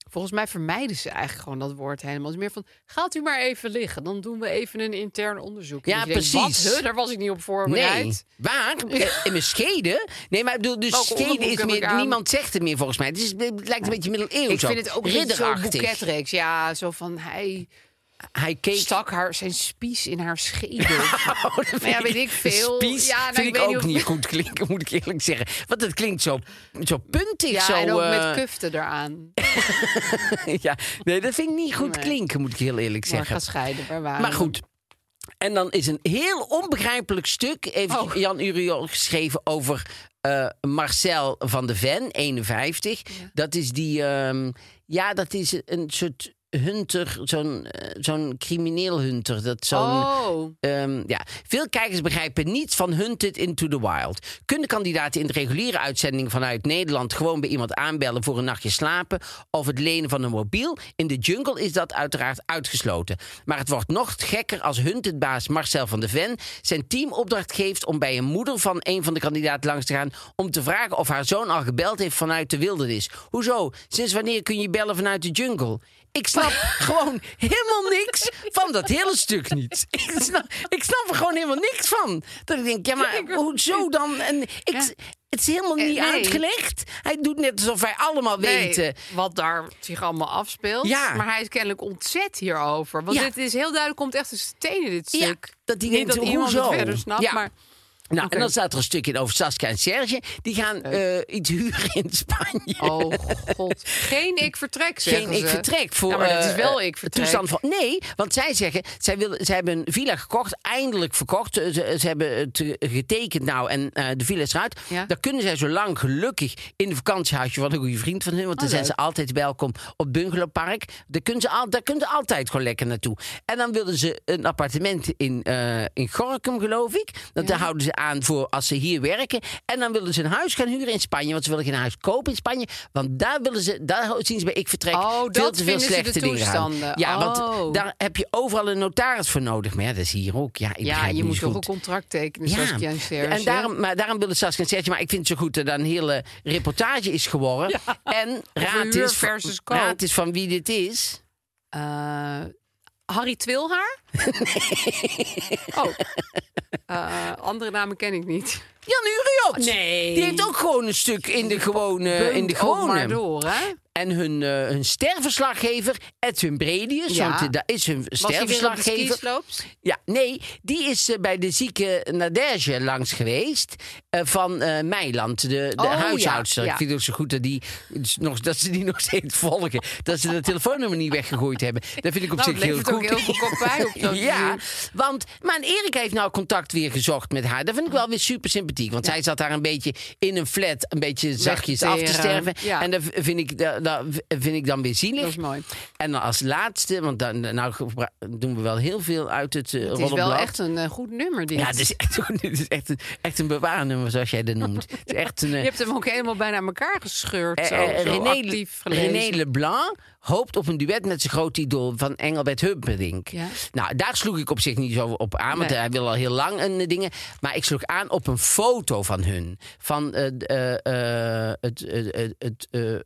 Speaker 3: Volgens mij vermijden ze eigenlijk gewoon dat woord helemaal. Het is meer van, gaat u maar even liggen. Dan doen we even een intern onderzoek. En
Speaker 1: Ja,
Speaker 3: dat je denkt,
Speaker 1: precies.
Speaker 3: wat? Huh, daar was ik niet op voorbereid.
Speaker 1: Nee, waar? Eh, In mijn schede? Nee, maar ik bedoel, dus
Speaker 3: Welke
Speaker 1: schede
Speaker 3: onderbroek
Speaker 1: is
Speaker 3: heb ik
Speaker 1: meer...
Speaker 3: aan?
Speaker 1: Niemand zegt het meer volgens mij. Het, is, het lijkt een beetje middeleeuws
Speaker 3: Ik vind het ook niet zo'n
Speaker 1: ridderachtig.
Speaker 3: boeketreeks. Ja, zo van, hij
Speaker 1: Hij keek...
Speaker 3: stak haar, zijn spies in haar schedel.
Speaker 1: Oh, dat
Speaker 3: Maar ja, weet ik veel.
Speaker 1: Spies
Speaker 3: Ja, nou,
Speaker 1: vind
Speaker 3: ik
Speaker 1: ik,
Speaker 3: weet niet
Speaker 1: ook
Speaker 3: of-
Speaker 1: niet goed klinken, moet ik eerlijk zeggen. Want het klinkt zo, zo puntig.
Speaker 3: ja,
Speaker 1: zo,
Speaker 3: en ook
Speaker 1: eh,
Speaker 3: met kuften eraan.
Speaker 1: ja, nee, dat vind ik niet goed
Speaker 3: Nee.
Speaker 1: klinken, moet ik heel eerlijk
Speaker 3: Maar
Speaker 1: zeggen.
Speaker 3: ga scheiden, waar waren
Speaker 1: Maar
Speaker 3: we?
Speaker 1: goed. En dan is een heel onbegrijpelijk stuk, heeft
Speaker 3: Oh.
Speaker 1: Jan Uriol geschreven over eh, Marcel van de Ven, 51. Dat is die, ehm, ja, dat is een soort hunter, zo'n eh, zo'n crimineel hunter. Dat zo'n,
Speaker 3: Oh,
Speaker 1: Ehm, ja. Veel kijkers begrijpen niets van Hunted into the Wild. Kunnen kandidaten in de reguliere uitzending vanuit Nederland gewoon bij iemand aanbellen voor een nachtje slapen of het lenen van een mobiel? In de jungle is dat uiteraard uitgesloten. Maar het wordt nog gekker als Hunted-baas Marcel van de Ven zijn team opdracht geeft om bij een moeder van een van de kandidaten langs te gaan om te vragen of haar zoon al gebeld heeft vanuit de wildernis. Hoezo? Sinds wanneer kun je bellen vanuit de jungle? Ik snap gewoon helemaal niks van dat hele stuk niet. Ik snap, ik snap er gewoon helemaal niks van. Dat ik denk, ja, maar hoezo dan? En ik, Het is helemaal
Speaker 3: Eh,
Speaker 1: niet
Speaker 3: nee.
Speaker 1: uitgelegd. Hij doet net alsof wij allemaal
Speaker 3: nee,
Speaker 1: weten.
Speaker 3: wat daar zich allemaal afspeelt.
Speaker 1: Ja.
Speaker 3: Maar hij is kennelijk ontzet hierover. Want
Speaker 1: Ja.
Speaker 3: dit is heel duidelijk, komt echt een steen in dit
Speaker 1: Ja,
Speaker 3: stuk.
Speaker 1: dat die
Speaker 3: Niet
Speaker 1: denkt,
Speaker 3: dat iemand het
Speaker 1: hoezo?
Speaker 3: verder snapt,
Speaker 1: Ja.
Speaker 3: maar...
Speaker 1: Nou,
Speaker 3: Oké.
Speaker 1: en dan staat er een stuk in over Saskia en Serge. Die gaan eh, iets huren in Spanje.
Speaker 3: Oh god. Geen ik vertrek, zeggen
Speaker 1: Geen ik
Speaker 3: ze.
Speaker 1: vertrek voor.
Speaker 3: Ja, maar dat is
Speaker 1: eh,
Speaker 3: wel
Speaker 1: eh,
Speaker 3: ik
Speaker 1: het
Speaker 3: vertrek.
Speaker 1: Toestand van, nee, want zij zeggen, zij, willen, zij hebben een villa gekocht, eindelijk verkocht. Eh, Ze, ze hebben het eh, getekend nou en eh, de villa is eruit.
Speaker 3: Ja.
Speaker 1: Dan kunnen zij zo lang gelukkig in een vakantiehuisje van een goede vriend van hun. Want
Speaker 3: Oh,
Speaker 1: dan zijn ze altijd welkom op Bungalowpark. Daar kunnen, ze al, daar kunnen ze altijd gewoon lekker naartoe. En dan wilden ze een appartement in, eh, in Gorkum, geloof ik. Dat daar houden ze aan voor als ze hier werken. En dan willen ze een huis gaan huren in Spanje. Want ze willen geen huis kopen in Spanje. Want daar, willen ze, daar zien ze bij Ik Vertrek
Speaker 3: Oh,
Speaker 1: veel
Speaker 3: dat
Speaker 1: te veel
Speaker 3: vinden ze de
Speaker 1: slechte dingen aan.
Speaker 3: toestanden.
Speaker 1: Ja, want
Speaker 3: Oh.
Speaker 1: daar heb je overal een notaris voor nodig. Maar ja, dat is hier ook. Ja, ik
Speaker 3: Ja,
Speaker 1: begrijp
Speaker 3: je
Speaker 1: niet
Speaker 3: moet
Speaker 1: zo
Speaker 3: toch een
Speaker 1: goed.
Speaker 3: contract tekenen, zoals Jan en Serge.
Speaker 1: En daarom, maar daarom willen Saskia en Serge, maar ik vind het zo goed dat er een hele reportage is geworden. En raad
Speaker 3: huur
Speaker 1: is, van-
Speaker 3: versus koop.
Speaker 1: raad is van wie dit is.
Speaker 3: Eh, Harry Twilhaar? Oh. Eh, andere namen ken ik niet.
Speaker 1: Jan Uriot.
Speaker 3: Oh, Nee.
Speaker 1: Die heeft ook gewoon een stuk in de gewone. Eh, In de
Speaker 3: Punt ook maar
Speaker 1: gewone.
Speaker 3: door, hè?
Speaker 1: En hun, eh, hun sterverslaggever, Edwin Bredius,
Speaker 3: Ja.
Speaker 1: want eh, dat is hun
Speaker 3: Was hij weer op de
Speaker 1: sterverslaggever.
Speaker 3: skisloops?
Speaker 1: Ja, nee, die is eh, bij de zieke Nadege langs geweest eh, van eh Meiland, de, de
Speaker 3: Oh,
Speaker 1: huishoudster.
Speaker 3: ja, ja.
Speaker 1: Ik vind het ook zo goed dat, die, dus nog, dat ze die nog steeds volgen. Dat ze de telefoonnummer niet weggegooid hebben. Dat vind ik op
Speaker 3: Nou,
Speaker 1: zich
Speaker 3: het
Speaker 1: heel
Speaker 3: levert
Speaker 1: goed.
Speaker 3: ook heel veel kopij op zo'n
Speaker 1: Ja,
Speaker 3: duur.
Speaker 1: want maar Erik heeft nou contact weer gezocht met haar. Dat vind ik wel weer super sympathiek. Want zij zat daar een beetje in een flat, een beetje zachtjes af te
Speaker 3: teren.
Speaker 1: sterven.
Speaker 3: Ja.
Speaker 1: En dat vind ik, dat, dat vind ik dan weer zielig.
Speaker 3: Dat is mooi.
Speaker 1: En dan als laatste, want dan, nou gebra- doen we wel heel veel uit het uh,
Speaker 3: Het is wel echt een eh, goed nummer, dit.
Speaker 1: ja, het is echt, het is echt, een, echt een bewaarnummer, zoals jij dat noemt. Het is echt een,
Speaker 3: Je
Speaker 1: eh,
Speaker 3: hebt hem ook helemaal bijna aan elkaar gescheurd. zo,
Speaker 1: eh, eh,
Speaker 3: zo
Speaker 1: René,
Speaker 3: actief gelezen.
Speaker 1: René Leblanc hoopt op een duet met zijn groot idool van Engelbert Humperdinck.
Speaker 3: Ja.
Speaker 1: Nou, daar sloeg ik op zich niet zo op aan, want
Speaker 3: Nee.
Speaker 1: hij wil al heel lang een eh, dingen. Maar ik sloeg aan op een foto van hun. Van eh, eh, eh, het, eh, eh, het, eh, eh,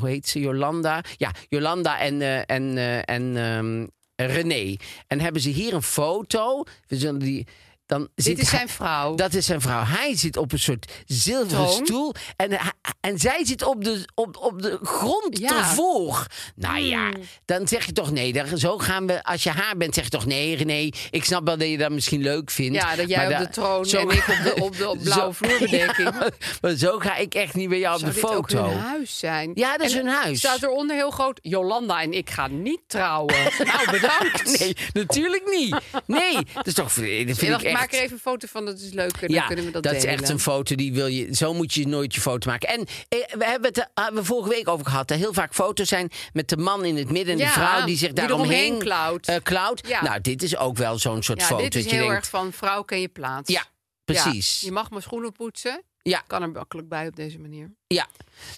Speaker 1: hoe heet ze, Jolanda? Ja, Jolanda en, eh, en, eh, en ehm, René. En hebben ze hier een foto. We zullen die... Dan
Speaker 3: Dit
Speaker 1: zit
Speaker 3: is
Speaker 1: hij-
Speaker 3: zijn vrouw.
Speaker 1: dat is zijn vrouw. Hij zit op een soort zilveren
Speaker 3: Troon.
Speaker 1: stoel. En, hij- en zij zit op de, op, op de grond
Speaker 3: Ja. Hmm.
Speaker 1: ervoor. Nou ja, dan zeg je toch nee. Daar, zo gaan we, als je haar bent, zeg je toch nee, René. Ik snap wel dat je dat misschien leuk vindt.
Speaker 3: Ja, dat jij
Speaker 1: maar
Speaker 3: op
Speaker 1: da-
Speaker 3: de troon en ik op de- op de- op blauwe vloerbedekking.
Speaker 1: Ja, maar zo ga ik echt niet bij jou
Speaker 3: Zou
Speaker 1: op de
Speaker 3: dit ook
Speaker 1: foto.
Speaker 3: hun huis zijn?
Speaker 1: Ja, dat is
Speaker 3: En
Speaker 1: hun huis.
Speaker 3: Staat eronder heel groot, Jolanda en ik gaan niet trouwen. nou, bedankt.
Speaker 1: Nee, natuurlijk niet. Nee, dat is toch. Dat vind
Speaker 3: Ik
Speaker 1: ik
Speaker 3: dacht,
Speaker 1: echt.
Speaker 3: maak er even een foto van, dat is leuk. En dan
Speaker 1: Ja,
Speaker 3: kunnen we dat,
Speaker 1: dat is
Speaker 3: delen.
Speaker 1: echt een foto die wil je. Zo moet je nooit je foto maken. En eh, we hebben het eh, hebben we vorige week over gehad. Dat heel vaak foto's zijn met de man in het midden en
Speaker 3: Ja,
Speaker 1: de vrouw die zich
Speaker 3: die eromheen
Speaker 1: daaromheen
Speaker 3: klauwt.
Speaker 1: eh, klauwt.
Speaker 3: Ja.
Speaker 1: Nou, dit is ook wel zo'n soort
Speaker 3: Ja,
Speaker 1: foto.
Speaker 3: dit is
Speaker 1: dat je
Speaker 3: heel
Speaker 1: denkt,
Speaker 3: erg van vrouw ken je plaats.
Speaker 1: Ja, precies.
Speaker 3: Ja, je mag mijn schoenen poetsen.
Speaker 1: Ja.
Speaker 3: Kan er makkelijk bij op deze manier.
Speaker 1: Ja,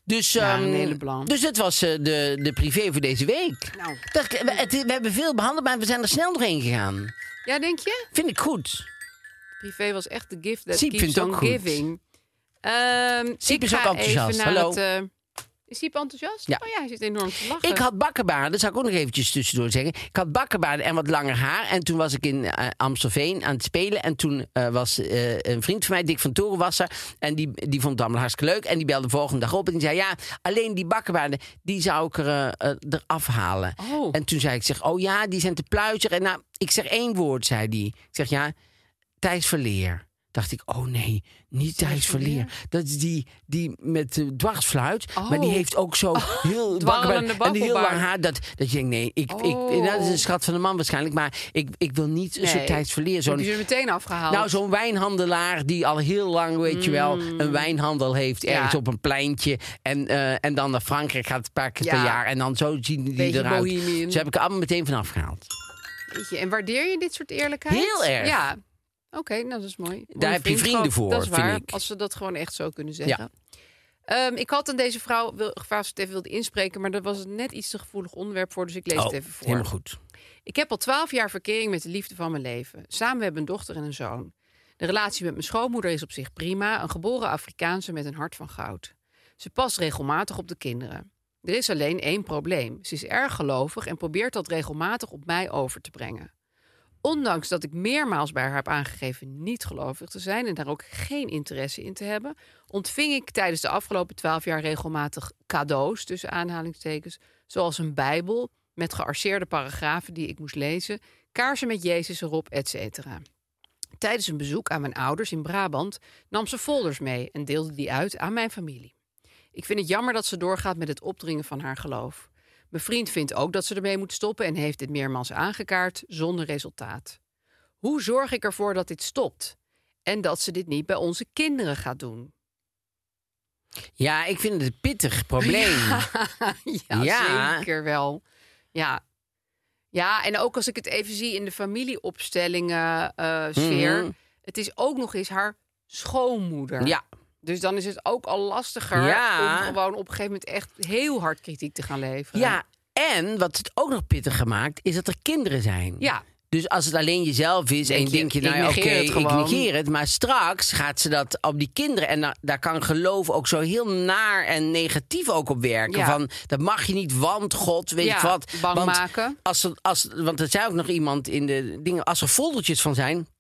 Speaker 1: dus,
Speaker 3: Ja, een
Speaker 1: ehm,
Speaker 3: hele belang.
Speaker 1: dus dat was eh, de, de privé voor deze week.
Speaker 3: Nou.
Speaker 1: Dat, we, het- we hebben veel behandeld, maar we zijn er snel doorheen gegaan.
Speaker 3: Ja, denk je?
Speaker 1: Vind ik goed.
Speaker 3: Privé was echt de gift that
Speaker 1: Siep
Speaker 3: keeps
Speaker 1: vindt
Speaker 3: on
Speaker 1: ook goed.
Speaker 3: giving. Ehm,
Speaker 1: Siep
Speaker 3: ik
Speaker 1: is ook
Speaker 3: ga
Speaker 1: enthousiast.
Speaker 3: even naar
Speaker 1: Hallo.
Speaker 3: het, eh, is Siep enthousiast?
Speaker 1: Ja.
Speaker 3: Oh ja, hij zit enorm te lachen.
Speaker 1: Ik had bakkenbaarden, dat zou ik ook nog eventjes tussendoor zeggen. Ik had bakkenbaarden en wat langer haar. En toen was ik in eh, Amstelveen aan het spelen. En toen eh, was eh, een vriend van mij, Dick van Toren, was er. En die, die vond het allemaal hartstikke leuk. En die belde de volgende dag op en die zei... ja, alleen die bakkenbaarden, die zou ik er, eh, eh, eraf halen.
Speaker 3: Oh.
Speaker 1: En toen zei ik, zeg, oh ja, die zijn te pluizig. En nou, ik zeg één woord, zei die. Ik zeg, ja, Thijs Verleer. Dacht ik, oh nee, niet Thijs Verleer. Dat is die, die met de dwarsfluit. Maar die
Speaker 3: Oh.
Speaker 1: heeft ook zo heel
Speaker 3: Dwarrelende
Speaker 1: bakkenbaard en die heel lang
Speaker 3: babbelbaard.
Speaker 1: haar. Dat, dat je denkt, nee, ik, ik,
Speaker 3: Oh.
Speaker 1: dat is een schat van een man waarschijnlijk. Maar ik, ik wil niet dus een soort
Speaker 3: Nee.
Speaker 1: tijdsverleer.
Speaker 3: Heb je
Speaker 1: Zo'n,
Speaker 3: ze meteen afgehaald?
Speaker 1: nou, zo'n wijnhandelaar die al heel lang, weet je wel, een wijnhandel heeft. Ergens
Speaker 3: Mm. Ja.
Speaker 1: op een pleintje. En, eh, en dan naar Frankrijk gaat een paar keer per
Speaker 3: Ja.
Speaker 1: jaar. En dan zo zien die
Speaker 3: Beetje
Speaker 1: eruit.
Speaker 3: bohemian.
Speaker 1: Dus heb ik er allemaal meteen vanaf gehaald.
Speaker 3: Weet je, En waardeer je dit soort eerlijkheid?
Speaker 1: Heel erg.
Speaker 3: Ja. Oké, nou dat is mooi. Mooie
Speaker 1: heb je vrienden
Speaker 3: vriendschap,
Speaker 1: voor,
Speaker 3: Dat is
Speaker 1: vind
Speaker 3: waar,
Speaker 1: ik.
Speaker 3: als ze dat gewoon echt zo kunnen zeggen. Ehm, ik had aan deze vrouw wil, gevraagd of ze het even wilde inspreken... maar dat was een net iets te gevoelig onderwerp voor, dus ik lees
Speaker 1: Oh,
Speaker 3: het even voor.
Speaker 1: helemaal goed.
Speaker 3: Ik heb al twaalf jaar verkering met de liefde van mijn leven. Samen hebben we een dochter en een zoon. De relatie met mijn schoonmoeder is op zich prima. Een geboren Afrikaanse met een hart van goud. Ze past regelmatig op de kinderen. Er is alleen één probleem. Ze is erg gelovig en probeert dat regelmatig op mij over te brengen. Ondanks dat ik meermaals bij haar heb aangegeven niet gelovig te zijn en daar ook geen interesse in te hebben, ontving ik tijdens de afgelopen twaalf jaar regelmatig cadeaus, tussen aanhalingstekens, zoals een Bijbel met gearseerde paragrafen die ik moest lezen, kaarsen met Jezus erop, etc. Tijdens een bezoek aan mijn ouders in Brabant nam ze folders mee en deelde die uit aan mijn familie. Ik vind het jammer dat ze doorgaat met het opdringen van haar geloof. Mijn vriend vindt ook dat ze ermee moet stoppen en heeft dit meermaals aangekaart zonder resultaat. Hoe zorg ik ervoor dat dit stopt en dat ze dit niet bij onze kinderen gaat doen?
Speaker 1: Ja, ik vind het een pittig probleem.
Speaker 3: ja,
Speaker 1: Ja.
Speaker 3: zeker wel. Ja. ja, en ook als ik het even zie in de familieopstellingen eh, sfeer,
Speaker 1: Mhm.
Speaker 3: het is ook nog eens haar schoonmoeder.
Speaker 1: ja.
Speaker 3: Dus dan is het ook al lastiger
Speaker 1: Ja.
Speaker 3: om gewoon op een gegeven moment echt heel hard kritiek te gaan leveren.
Speaker 1: Ja, en wat het ook nog pittiger maakt, is dat er kinderen zijn.
Speaker 3: Ja.
Speaker 1: Dus als het alleen jezelf is en
Speaker 3: Denk
Speaker 1: je,
Speaker 3: je,
Speaker 1: denk je,
Speaker 3: ik
Speaker 1: nou ja, oké,
Speaker 3: negeer het
Speaker 1: ik
Speaker 3: gewoon.
Speaker 1: negeer het. Maar straks gaat ze dat op die kinderen. En da- daar kan geloof ook zo heel naar en negatief ook op werken.
Speaker 3: Ja.
Speaker 1: Van, dat mag je niet, want God, weet
Speaker 3: Ja,
Speaker 1: je wat.
Speaker 3: bang
Speaker 1: want
Speaker 3: maken.
Speaker 1: Als er, als, want er zei ook nog iemand in de dingen, als er foldertjes van zijn...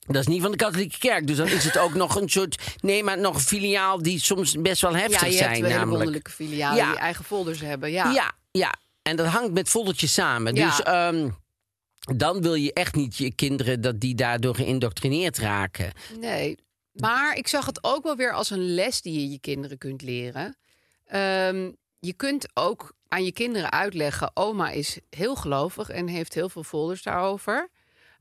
Speaker 1: Dat is niet van de katholieke kerk. Dus dan is het ook nog een soort. Nee, maar nog een filiaal die soms best wel heftig
Speaker 3: ja, je
Speaker 1: zijn.
Speaker 3: hebt wel hele
Speaker 1: namelijk.
Speaker 3: wonderlijke filialen
Speaker 1: Ja.
Speaker 3: die eigen folders hebben. Ja,
Speaker 1: Ja. ja, En dat hangt met foldertjes samen.
Speaker 3: Ah. Ja.
Speaker 1: Dus ehm, dan wil je echt niet je kinderen dat die daardoor geïndoctrineerd raken.
Speaker 3: nee. Maar ik zag het ook wel weer als een les die je je kinderen kunt leren. Ehm, je kunt ook aan je kinderen uitleggen... oma is heel gelovig en heeft heel veel folders daarover.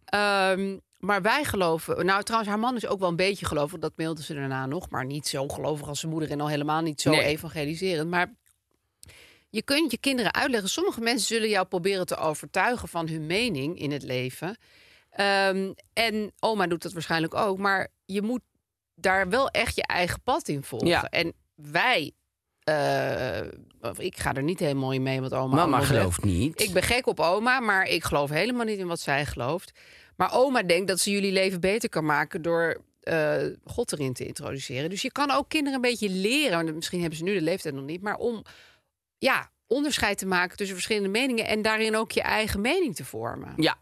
Speaker 3: Ehm, maar wij geloven... Nou, trouwens, haar man is ook wel een beetje gelovig. Dat mailde ze daarna nog. Maar niet zo gelovig als zijn moeder en al helemaal niet zo
Speaker 1: Nee.
Speaker 3: evangeliserend. Maar je kunt je kinderen uitleggen. Sommige mensen zullen jou proberen te overtuigen van hun mening in het leven. Ehm, en oma doet dat waarschijnlijk ook. Maar je moet daar wel echt je eigen pad in volgen.
Speaker 1: Ja.
Speaker 3: En wij. eh, of ik ga er niet helemaal in mee wat oma.
Speaker 1: Mama
Speaker 3: allemaal zegt.
Speaker 1: gelooft niet.
Speaker 3: Ik ben gek op oma, maar ik geloof helemaal niet in wat zij gelooft. Maar oma denkt dat ze jullie leven beter kan maken door eh, God erin te introduceren. Dus je kan ook kinderen een beetje leren. en Misschien hebben ze nu de leeftijd nog niet, maar om ja, onderscheid te maken tussen verschillende meningen en daarin ook je eigen mening te vormen.
Speaker 1: Ja,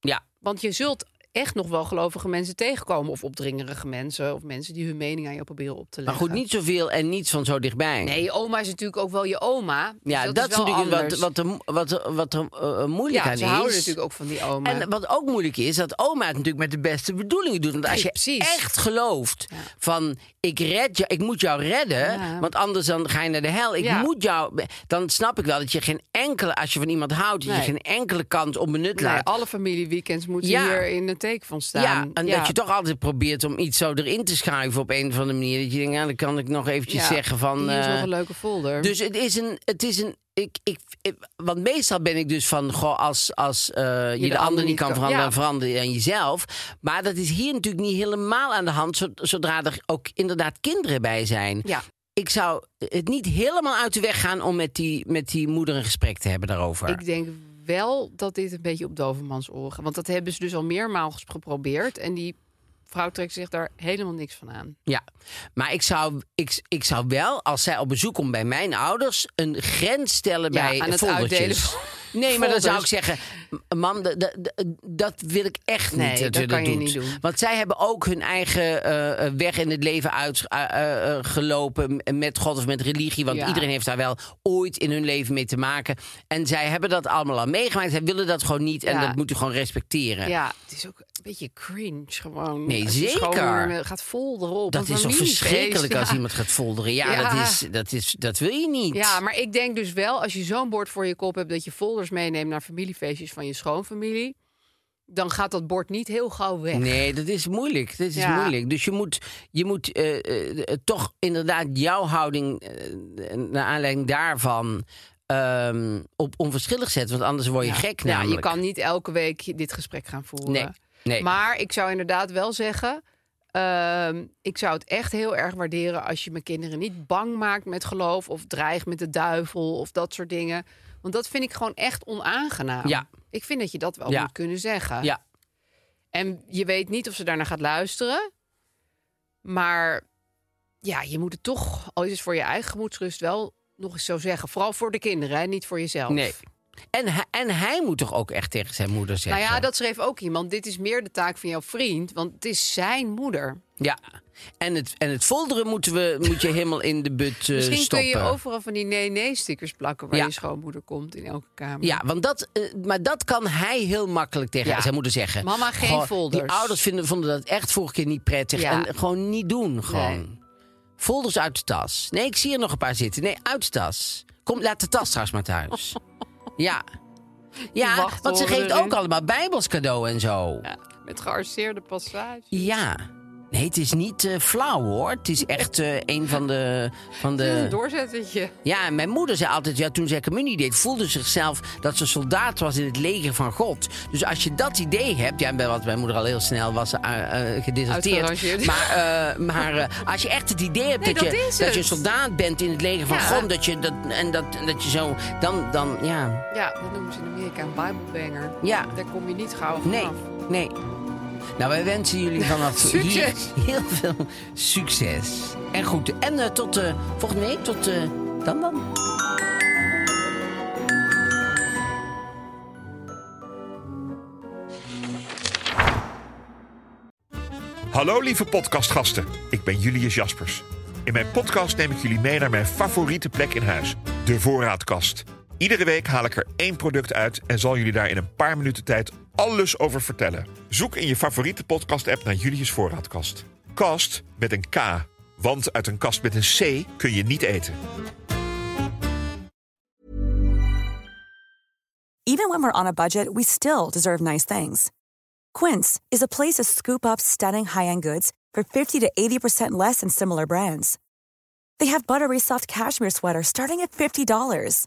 Speaker 1: ja.
Speaker 3: Want je zult echt nog wel gelovige mensen tegenkomen of opdringerige mensen of mensen die hun mening aan jou proberen op te
Speaker 1: Maar
Speaker 3: leggen.
Speaker 1: goed, niet zoveel en niet van zo dichtbij.
Speaker 3: Nee, oma is natuurlijk ook wel je oma. Dus
Speaker 1: Ja,
Speaker 3: dat,
Speaker 1: dat,
Speaker 3: is
Speaker 1: is
Speaker 3: wel
Speaker 1: natuurlijk
Speaker 3: anders.
Speaker 1: wat, wat de, wat de- wat de eh, moeilijk
Speaker 3: ja,
Speaker 1: aan
Speaker 3: ze
Speaker 1: is.
Speaker 3: houden natuurlijk ook van die oma.
Speaker 1: En eh, wat ook moeilijk is, dat oma het natuurlijk met de beste bedoelingen doet. Want als
Speaker 3: Nee,
Speaker 1: je
Speaker 3: precies.
Speaker 1: echt gelooft van ik red jou, ik moet jou redden,
Speaker 3: Ja.
Speaker 1: want anders dan ga je naar de hel. Ik
Speaker 3: Ja.
Speaker 1: moet jou, dan snap ik wel dat je geen enkele, als je van iemand houdt, dat
Speaker 3: Nee.
Speaker 1: je geen enkele kans onbenut
Speaker 3: Nee,
Speaker 1: laat.
Speaker 3: alle familieweekends moeten
Speaker 1: Ja.
Speaker 3: hier in het bibliotheek van staan.
Speaker 1: Ja, en dat je toch altijd probeert om iets zo erin te schuiven op een of andere manier. Dat je denkt, ja, dan kan ik nog eventjes
Speaker 3: Ja,
Speaker 1: zeggen van...
Speaker 3: Hier is nog
Speaker 1: eh,
Speaker 3: een leuke folder.
Speaker 1: Dus het is een. Het is een ik, ik, ik- want meestal ben ik dus van. Goh, als, als eh, je, de, ander niet kan veranderen,
Speaker 3: ja.
Speaker 1: dan verander je aan jezelf. Maar dat is hier natuurlijk niet helemaal aan de hand. zo- Zodra er ook inderdaad kinderen bij zijn.
Speaker 3: ja.
Speaker 1: Ik zou het niet helemaal uit de weg gaan om met die, met die moeder een gesprek te hebben daarover.
Speaker 3: Ik denk wel dat dit een beetje op dovermans oren. Want dat hebben ze dus al meermaals geprobeerd. En die vrouw trekt zich daar helemaal niks van aan.
Speaker 1: Ja, maar ik zou, ik, ik zou wel, als zij op bezoek komt bij mijn ouders, een grens stellen
Speaker 3: Ja,
Speaker 1: bij
Speaker 3: aan het
Speaker 1: foldertjes.
Speaker 3: uitdelen van
Speaker 1: Nee, maar dan
Speaker 3: folders.
Speaker 1: zou ik zeggen, m- mam, d- d- d- dat wil ik echt niet
Speaker 3: Nee, dat
Speaker 1: je
Speaker 3: kan je
Speaker 1: doet.
Speaker 3: niet doen.
Speaker 1: Want zij hebben ook hun eigen eh, eh, weg in het leven eh, uitgelopen met God of met religie. Want
Speaker 3: Ja.
Speaker 1: iedereen heeft daar wel ooit in hun leven mee te maken. En zij hebben dat allemaal al meegemaakt. Zij willen dat gewoon niet en
Speaker 3: Ja.
Speaker 1: dat moet u gewoon respecteren.
Speaker 3: Ja, het is ook een beetje cringe gewoon.
Speaker 1: Nee,
Speaker 3: Als je
Speaker 1: zeker.
Speaker 3: schoonmoeder, eh, gaat vol erop.
Speaker 1: Dat
Speaker 3: Een
Speaker 1: is toch
Speaker 3: familiefeest,
Speaker 1: verschrikkelijk als
Speaker 3: ja.
Speaker 1: iemand gaat folderen. Ja,
Speaker 3: Ja.
Speaker 1: Dat, is, dat, is, dat wil je niet.
Speaker 3: Ja, maar ik denk dus wel, als je zo'n bord voor je kop hebt... dat je folders meeneemt naar familiefeestjes van je schoonfamilie... dan gaat dat bord niet heel gauw weg.
Speaker 1: Nee, dat is moeilijk. Dat is
Speaker 3: Ja.
Speaker 1: moeilijk. Dus je moet, je moet eh, eh, eh, toch inderdaad jouw houding eh, naar aanleiding daarvan ehm, op onverschillig zetten. Want anders word je gek
Speaker 3: Ja, je
Speaker 1: namelijk.
Speaker 3: kan niet elke week dit gesprek gaan voeren.
Speaker 1: Nee, nee.
Speaker 3: Maar ik zou inderdaad wel zeggen... ehm, ik zou het echt heel erg waarderen als je mijn kinderen niet bang maakt met geloof... of dreigt met de duivel of dat soort dingen. Want dat vind ik gewoon echt onaangenaam.
Speaker 1: Ja.
Speaker 3: Ik vind dat je dat wel
Speaker 1: Ja.
Speaker 3: moet kunnen zeggen.
Speaker 1: Ja,
Speaker 3: En je weet niet of ze daarna gaat luisteren. Maar ja, je moet het toch, al is het voor je eigen gemoedsrust, wel nog eens zo zeggen. Vooral voor de kinderen, hè? niet voor jezelf.
Speaker 1: nee. En, hij- en hij moet toch ook echt tegen zijn moeder
Speaker 3: Nou
Speaker 1: zeggen.
Speaker 3: ja, dat schreef ook iemand. Dit is meer de taak van jouw vriend, want het is zijn moeder.
Speaker 1: ja. En, het, en het folderen moeten we, moet je helemaal in de but eh,
Speaker 3: Misschien
Speaker 1: stoppen.
Speaker 3: kun je overal van die nee-nee-stickers plakken waar
Speaker 1: Ja.
Speaker 3: je schoonmoeder komt in elke kamer.
Speaker 1: Ja, want dat, eh, maar dat kan hij heel makkelijk tegen
Speaker 3: Ja.
Speaker 1: zijn moeder zeggen.
Speaker 3: Mama, geen
Speaker 1: Goh,
Speaker 3: folders.
Speaker 1: Die ouders vinden, vonden dat echt vorige keer niet prettig.
Speaker 3: Ja.
Speaker 1: En gewoon niet doen, gewoon. Folders uit de tas. Nee, ik zie er nog een paar zitten. Nee, uit de tas. Kom, laat de tas trouwens maar thuis. ja. Ja,
Speaker 3: wacht
Speaker 1: want ze
Speaker 3: horen
Speaker 1: geeft
Speaker 3: erin.
Speaker 1: ook allemaal bijbels cadeau en zo. Ja.
Speaker 3: Ja, met gearseerde passage.
Speaker 1: Nee, het is niet eh, flauw hoor. Het is echt eh, een van de... Van
Speaker 3: Het is Een
Speaker 1: de...
Speaker 3: doorzettertje.
Speaker 1: Ja, en mijn moeder zei altijd, ja, toen zij communie deed, voelde ze zichzelf dat ze soldaat was in het leger van God. Dus als je dat idee hebt, ja, bij wat mijn moeder al heel snel was eh, eh, gedeserteerd.
Speaker 3: Uitgerangeerd.
Speaker 1: Maar, eh, maar eh, als je echt het idee hebt
Speaker 3: Nee,
Speaker 1: dat,
Speaker 3: dat
Speaker 1: je,
Speaker 3: is
Speaker 1: dat
Speaker 3: het.
Speaker 1: je een soldaat bent in het leger van
Speaker 3: Ja.
Speaker 1: God, dat je dat, en dat, dat je zo, dan, dan ja,
Speaker 3: Ja, dat noemen ze in Amerika een Bijbelbanger.
Speaker 1: Ja.
Speaker 3: Daar kom je niet gauw vanaf.
Speaker 1: nee, nee. Nou, wij wensen jullie vanaf
Speaker 3: Succes.
Speaker 1: hier heel veel succes en goed. En eh, tot eh, volgende week, tot eh, dan dan.
Speaker 4: Hallo lieve podcastgasten, ik ben Julius Jaspers. In mijn podcast neem ik jullie mee naar mijn favoriete plek in huis, de voorraadkast. Iedere week haal ik er één product uit en zal jullie daar in een paar minuten tijd alles over vertellen. Zoek in je favoriete podcast-app naar Julius Voorraadkast. Kast met een K, want uit een kast met een C kun je niet eten.
Speaker 5: Even when we're on a budget, we still deserve nice things. Quince is a place to scoop up stunning high-end goods for 50 to 80% less than similar brands. They have buttery soft cashmere sweaters starting at $50,